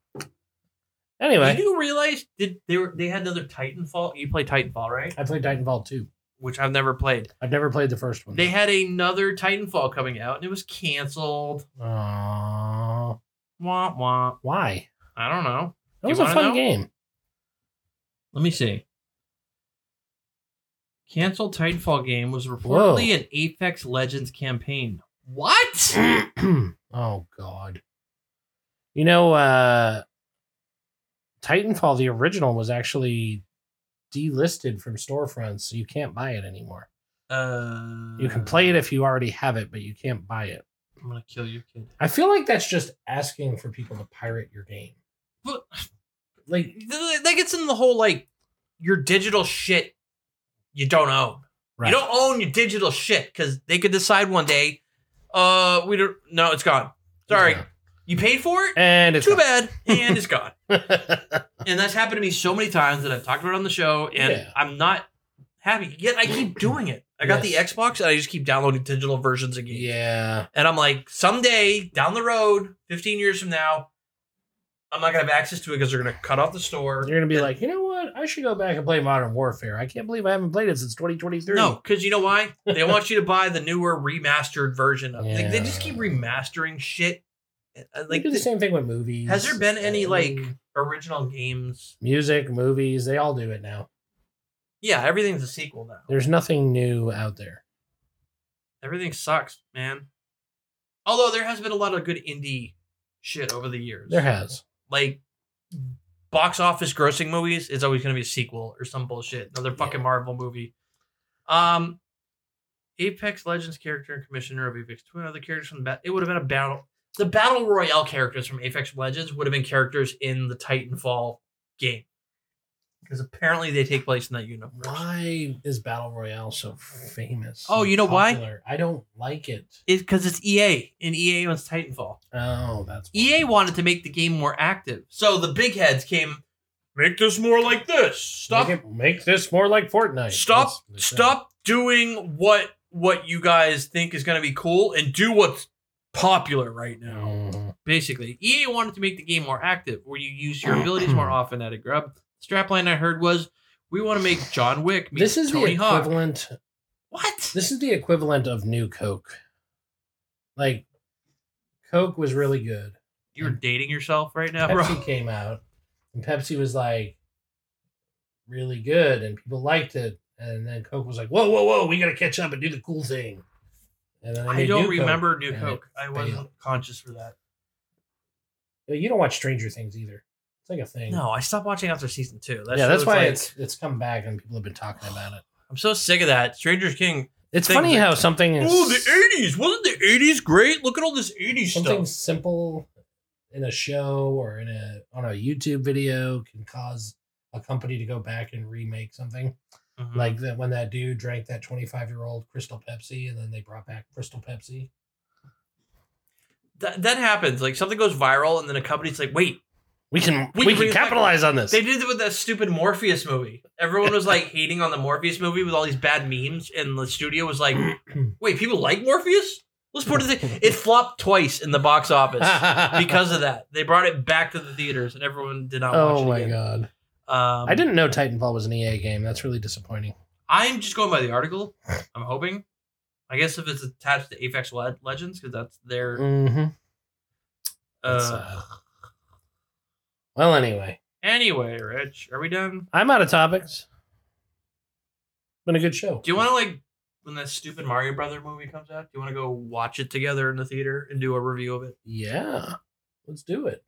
Speaker 2: Anyway,
Speaker 3: You do realize did they were they had another Titanfall? You play Titanfall, right?
Speaker 2: I played Titanfall 2.
Speaker 3: Which I've never played.
Speaker 2: I've never played the first one.
Speaker 3: They had another Titanfall coming out and it was canceled.
Speaker 2: Aw,
Speaker 3: Womp womp.
Speaker 2: why?
Speaker 3: I don't know.
Speaker 2: That
Speaker 3: You
Speaker 2: was a
Speaker 3: wanna
Speaker 2: fun
Speaker 3: know?
Speaker 2: game.
Speaker 3: Let me see. Canceled Titanfall game was reportedly
Speaker 2: Whoa.
Speaker 3: an Apex Legends campaign. What?
Speaker 2: oh god. You know, uh Titanfall, the original, was actually delisted from storefronts, so you can't buy it anymore.
Speaker 3: Uh,
Speaker 2: You can play it if you already have it, but you can't buy it.
Speaker 3: I'm gonna kill your kid.
Speaker 2: I feel like that's just asking for people to pirate your game.
Speaker 3: But-
Speaker 2: Like,
Speaker 3: Th- th- That gets in the whole like your digital shit you don't own.
Speaker 2: right.
Speaker 3: You don't own your digital shit because they could decide one day, uh, we don't. No, it's gone. Sorry,
Speaker 2: Yeah.
Speaker 3: you paid for it.
Speaker 2: And it's
Speaker 3: Too bad, and it's gone.
Speaker 2: bad.
Speaker 3: And that's happened to me so many times that I've talked about it on the show, and
Speaker 2: Yeah.
Speaker 3: I'm not happy yet. I keep doing it. I got
Speaker 2: Yes.
Speaker 3: the Xbox, and I just keep downloading digital versions of games.
Speaker 2: yeah.
Speaker 3: And I'm like, someday down the road, 15 years from now, I'm not gonna have access to it because they're gonna cut off the store.
Speaker 2: You're gonna be like, you know what? I should go back and play Modern Warfare. I can't believe I haven't played it since 2023.
Speaker 3: No, because you know why? They want you to buy the newer remastered version of. Like, they just
Speaker 2: Yeah.
Speaker 3: keep remastering shit. Uh,
Speaker 2: like
Speaker 3: Like,
Speaker 2: do the same thing with movies.
Speaker 3: has there been any
Speaker 2: I
Speaker 3: like
Speaker 2: mean,
Speaker 3: original games?
Speaker 2: music, movies? They all do it now.
Speaker 3: Yeah, everything's a sequel now.
Speaker 2: There's nothing new out there.
Speaker 3: Everything sucks, man. Although there has been a lot of good indie shit over the years.
Speaker 2: There has.
Speaker 3: like box office grossing movies is always going to be a sequel or some bullshit another fucking marvel movie um apex legends character and commissioner of apex twin other characters from the bat it would have been a battle the battle royale characters from apex legends would have been characters in the titanfall game because apparently they take place in that universe
Speaker 2: Why is battle royale so famous?
Speaker 3: Oh,
Speaker 2: and
Speaker 3: you know why?
Speaker 2: popular? I don't like it.
Speaker 3: it's because it's ea and ea owns titanfall
Speaker 2: Oh, that's why.
Speaker 3: EA wanted to make the game more active, so the big heads came. Make this more like this. Stop
Speaker 2: Make, it- make this more like Fortnite.
Speaker 3: stop
Speaker 2: That's- that's it.
Speaker 3: stop doing what what you guys think is going to be cool and do what's popular right now
Speaker 2: Mhm.
Speaker 3: basically ea wanted to make the game more active where you use your abilities more often at a grub strapline i heard was we want to make john wick meet
Speaker 2: This is
Speaker 3: tony
Speaker 2: the
Speaker 3: hawk
Speaker 2: equivalent.
Speaker 3: what
Speaker 2: This is the equivalent of new Coke. Like, Coke was really good.
Speaker 3: you're dating yourself right now bro
Speaker 2: Pepsi came out, and Pepsi was like really good, and people liked it. And then Coke was like, "Whoa, whoa, whoa! We gotta catch up and do the cool thing." And then they
Speaker 3: i
Speaker 2: made
Speaker 3: don't
Speaker 2: New Coke.
Speaker 3: remember new
Speaker 2: and
Speaker 3: coke i wasn't conscious for that
Speaker 2: You don't watch Stranger Things either. It's like a thing.
Speaker 3: no i stopped watching after season two that
Speaker 2: yeah, that's
Speaker 3: show's
Speaker 2: why
Speaker 3: like-
Speaker 2: it's it's come back and people have been talking about it.
Speaker 3: i'm so sick of that stranger king
Speaker 2: It's
Speaker 3: Things
Speaker 2: funny
Speaker 3: that-
Speaker 2: how something is
Speaker 3: oh the 80s wasn't the 80s great look at all this 80s
Speaker 2: something
Speaker 3: stuff
Speaker 2: simple in a show or in a on a YouTube video can cause a company to go back and remake something.
Speaker 3: Mhm.
Speaker 2: like that when that dude drank that 25 year old crystal pepsi and then they brought back crystal pepsi
Speaker 3: that, that happens. Like something goes viral, and then a company's like, "Wait,
Speaker 2: we can
Speaker 3: We can bring it back.
Speaker 2: on this
Speaker 3: they did it with that stupid Morpheus movie." Everyone was like hating on the Morpheus movie with all these bad memes, and the studio was like, "Wait, people like Morpheus? Let's put it." Th-. It flopped twice in the box office because of that. They brought it back to the theaters, and everyone did not. watch
Speaker 2: oh
Speaker 3: it
Speaker 2: my
Speaker 3: again.
Speaker 2: god
Speaker 3: Um,
Speaker 2: i didn't know titanfall was an ea game that's really disappointing
Speaker 3: I'm just going by the article. I'm hoping. I guess if it's attached to Apex Le- Legends, because that's their.
Speaker 2: mm-hmm.
Speaker 3: Uh,
Speaker 2: well anyway
Speaker 3: anyway, Rich, are we done?
Speaker 2: i'm out of topics been a good show
Speaker 3: Do you want to like when that stupid Mario Brother movie comes out? Do you want to go watch it together in the theater and do a review of it?
Speaker 2: yeah let's do it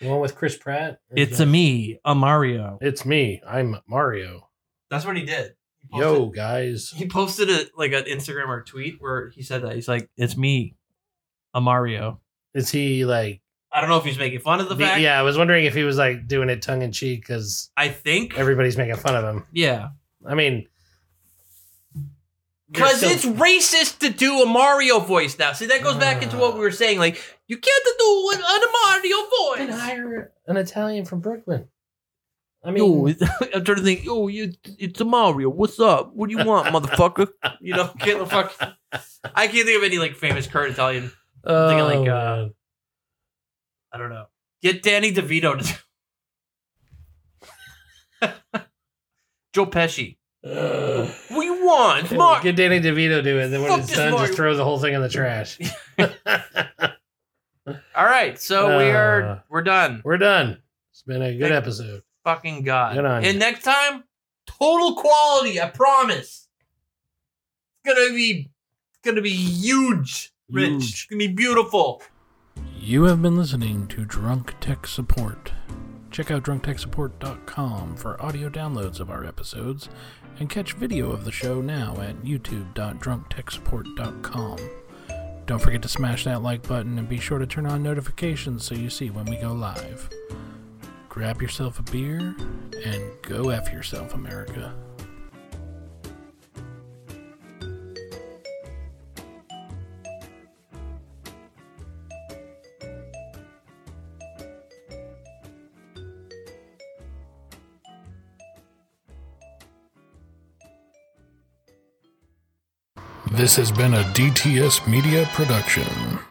Speaker 2: the one with chris pratt
Speaker 3: me, a Mario.
Speaker 2: it's me i'm mario
Speaker 3: That's what he did. He He
Speaker 2: Yo,
Speaker 3: posted-
Speaker 2: guys.
Speaker 3: he posted a like an Instagram or a tweet where he said that he's like, "It's me, a Mario."
Speaker 2: Is he like.
Speaker 3: I don't know if he's making fun of the
Speaker 2: be-
Speaker 3: fact.
Speaker 2: yeah, I was wondering if he was like doing it tongue in cheek because
Speaker 3: I think.
Speaker 2: everybody's making fun of him.
Speaker 3: yeah,
Speaker 2: I mean, you're
Speaker 3: because
Speaker 2: still-
Speaker 3: it's racist to do a Mario voice now. See, that goes back into what we were saying. Like, you can't do an,
Speaker 2: Then
Speaker 3: an Mario voice.
Speaker 2: hire an Italian from Brooklyn. I
Speaker 5: Yo,
Speaker 2: mean,
Speaker 5: it- I'm trying to think. Yo, you, it's a Mario. What's up? What do you want, motherfucker?
Speaker 3: You know, get the fuck. I can't think of any like famous current Italian.
Speaker 2: oh,
Speaker 3: thinking like, uh,
Speaker 2: man.
Speaker 3: I don't know. Get Danny DeVito to. Joe Pesci.
Speaker 2: Ugh.
Speaker 3: What do you want? It's
Speaker 2: Yeah,
Speaker 3: Mar-
Speaker 2: Get Danny DeVito do it, and then when
Speaker 3: Fuck
Speaker 2: it's
Speaker 3: this
Speaker 2: done,
Speaker 3: Mario.
Speaker 2: just throw the whole thing in the trash.
Speaker 3: All right, so we
Speaker 2: Uh.
Speaker 3: are we're done.
Speaker 2: We're done. It's been a good
Speaker 3: Thank-
Speaker 2: episode.
Speaker 3: Fucking god.
Speaker 2: Good on
Speaker 3: and
Speaker 2: you.
Speaker 3: next time, total quality. I promise. It's gonna be, it's gonna be huge, Rich.
Speaker 2: Huge.
Speaker 3: It's gonna be beautiful.
Speaker 6: You have been listening to Drunk Tech Support. Check out drunktechsupport.com for audio downloads of our episodes and catch video of the show now at youtube.drunktechsupport.com. Don't forget to smash that like button and be sure to turn on notifications so you see when we go live. Grab yourself a beer and go F yourself, America. This has been a DTS Media production.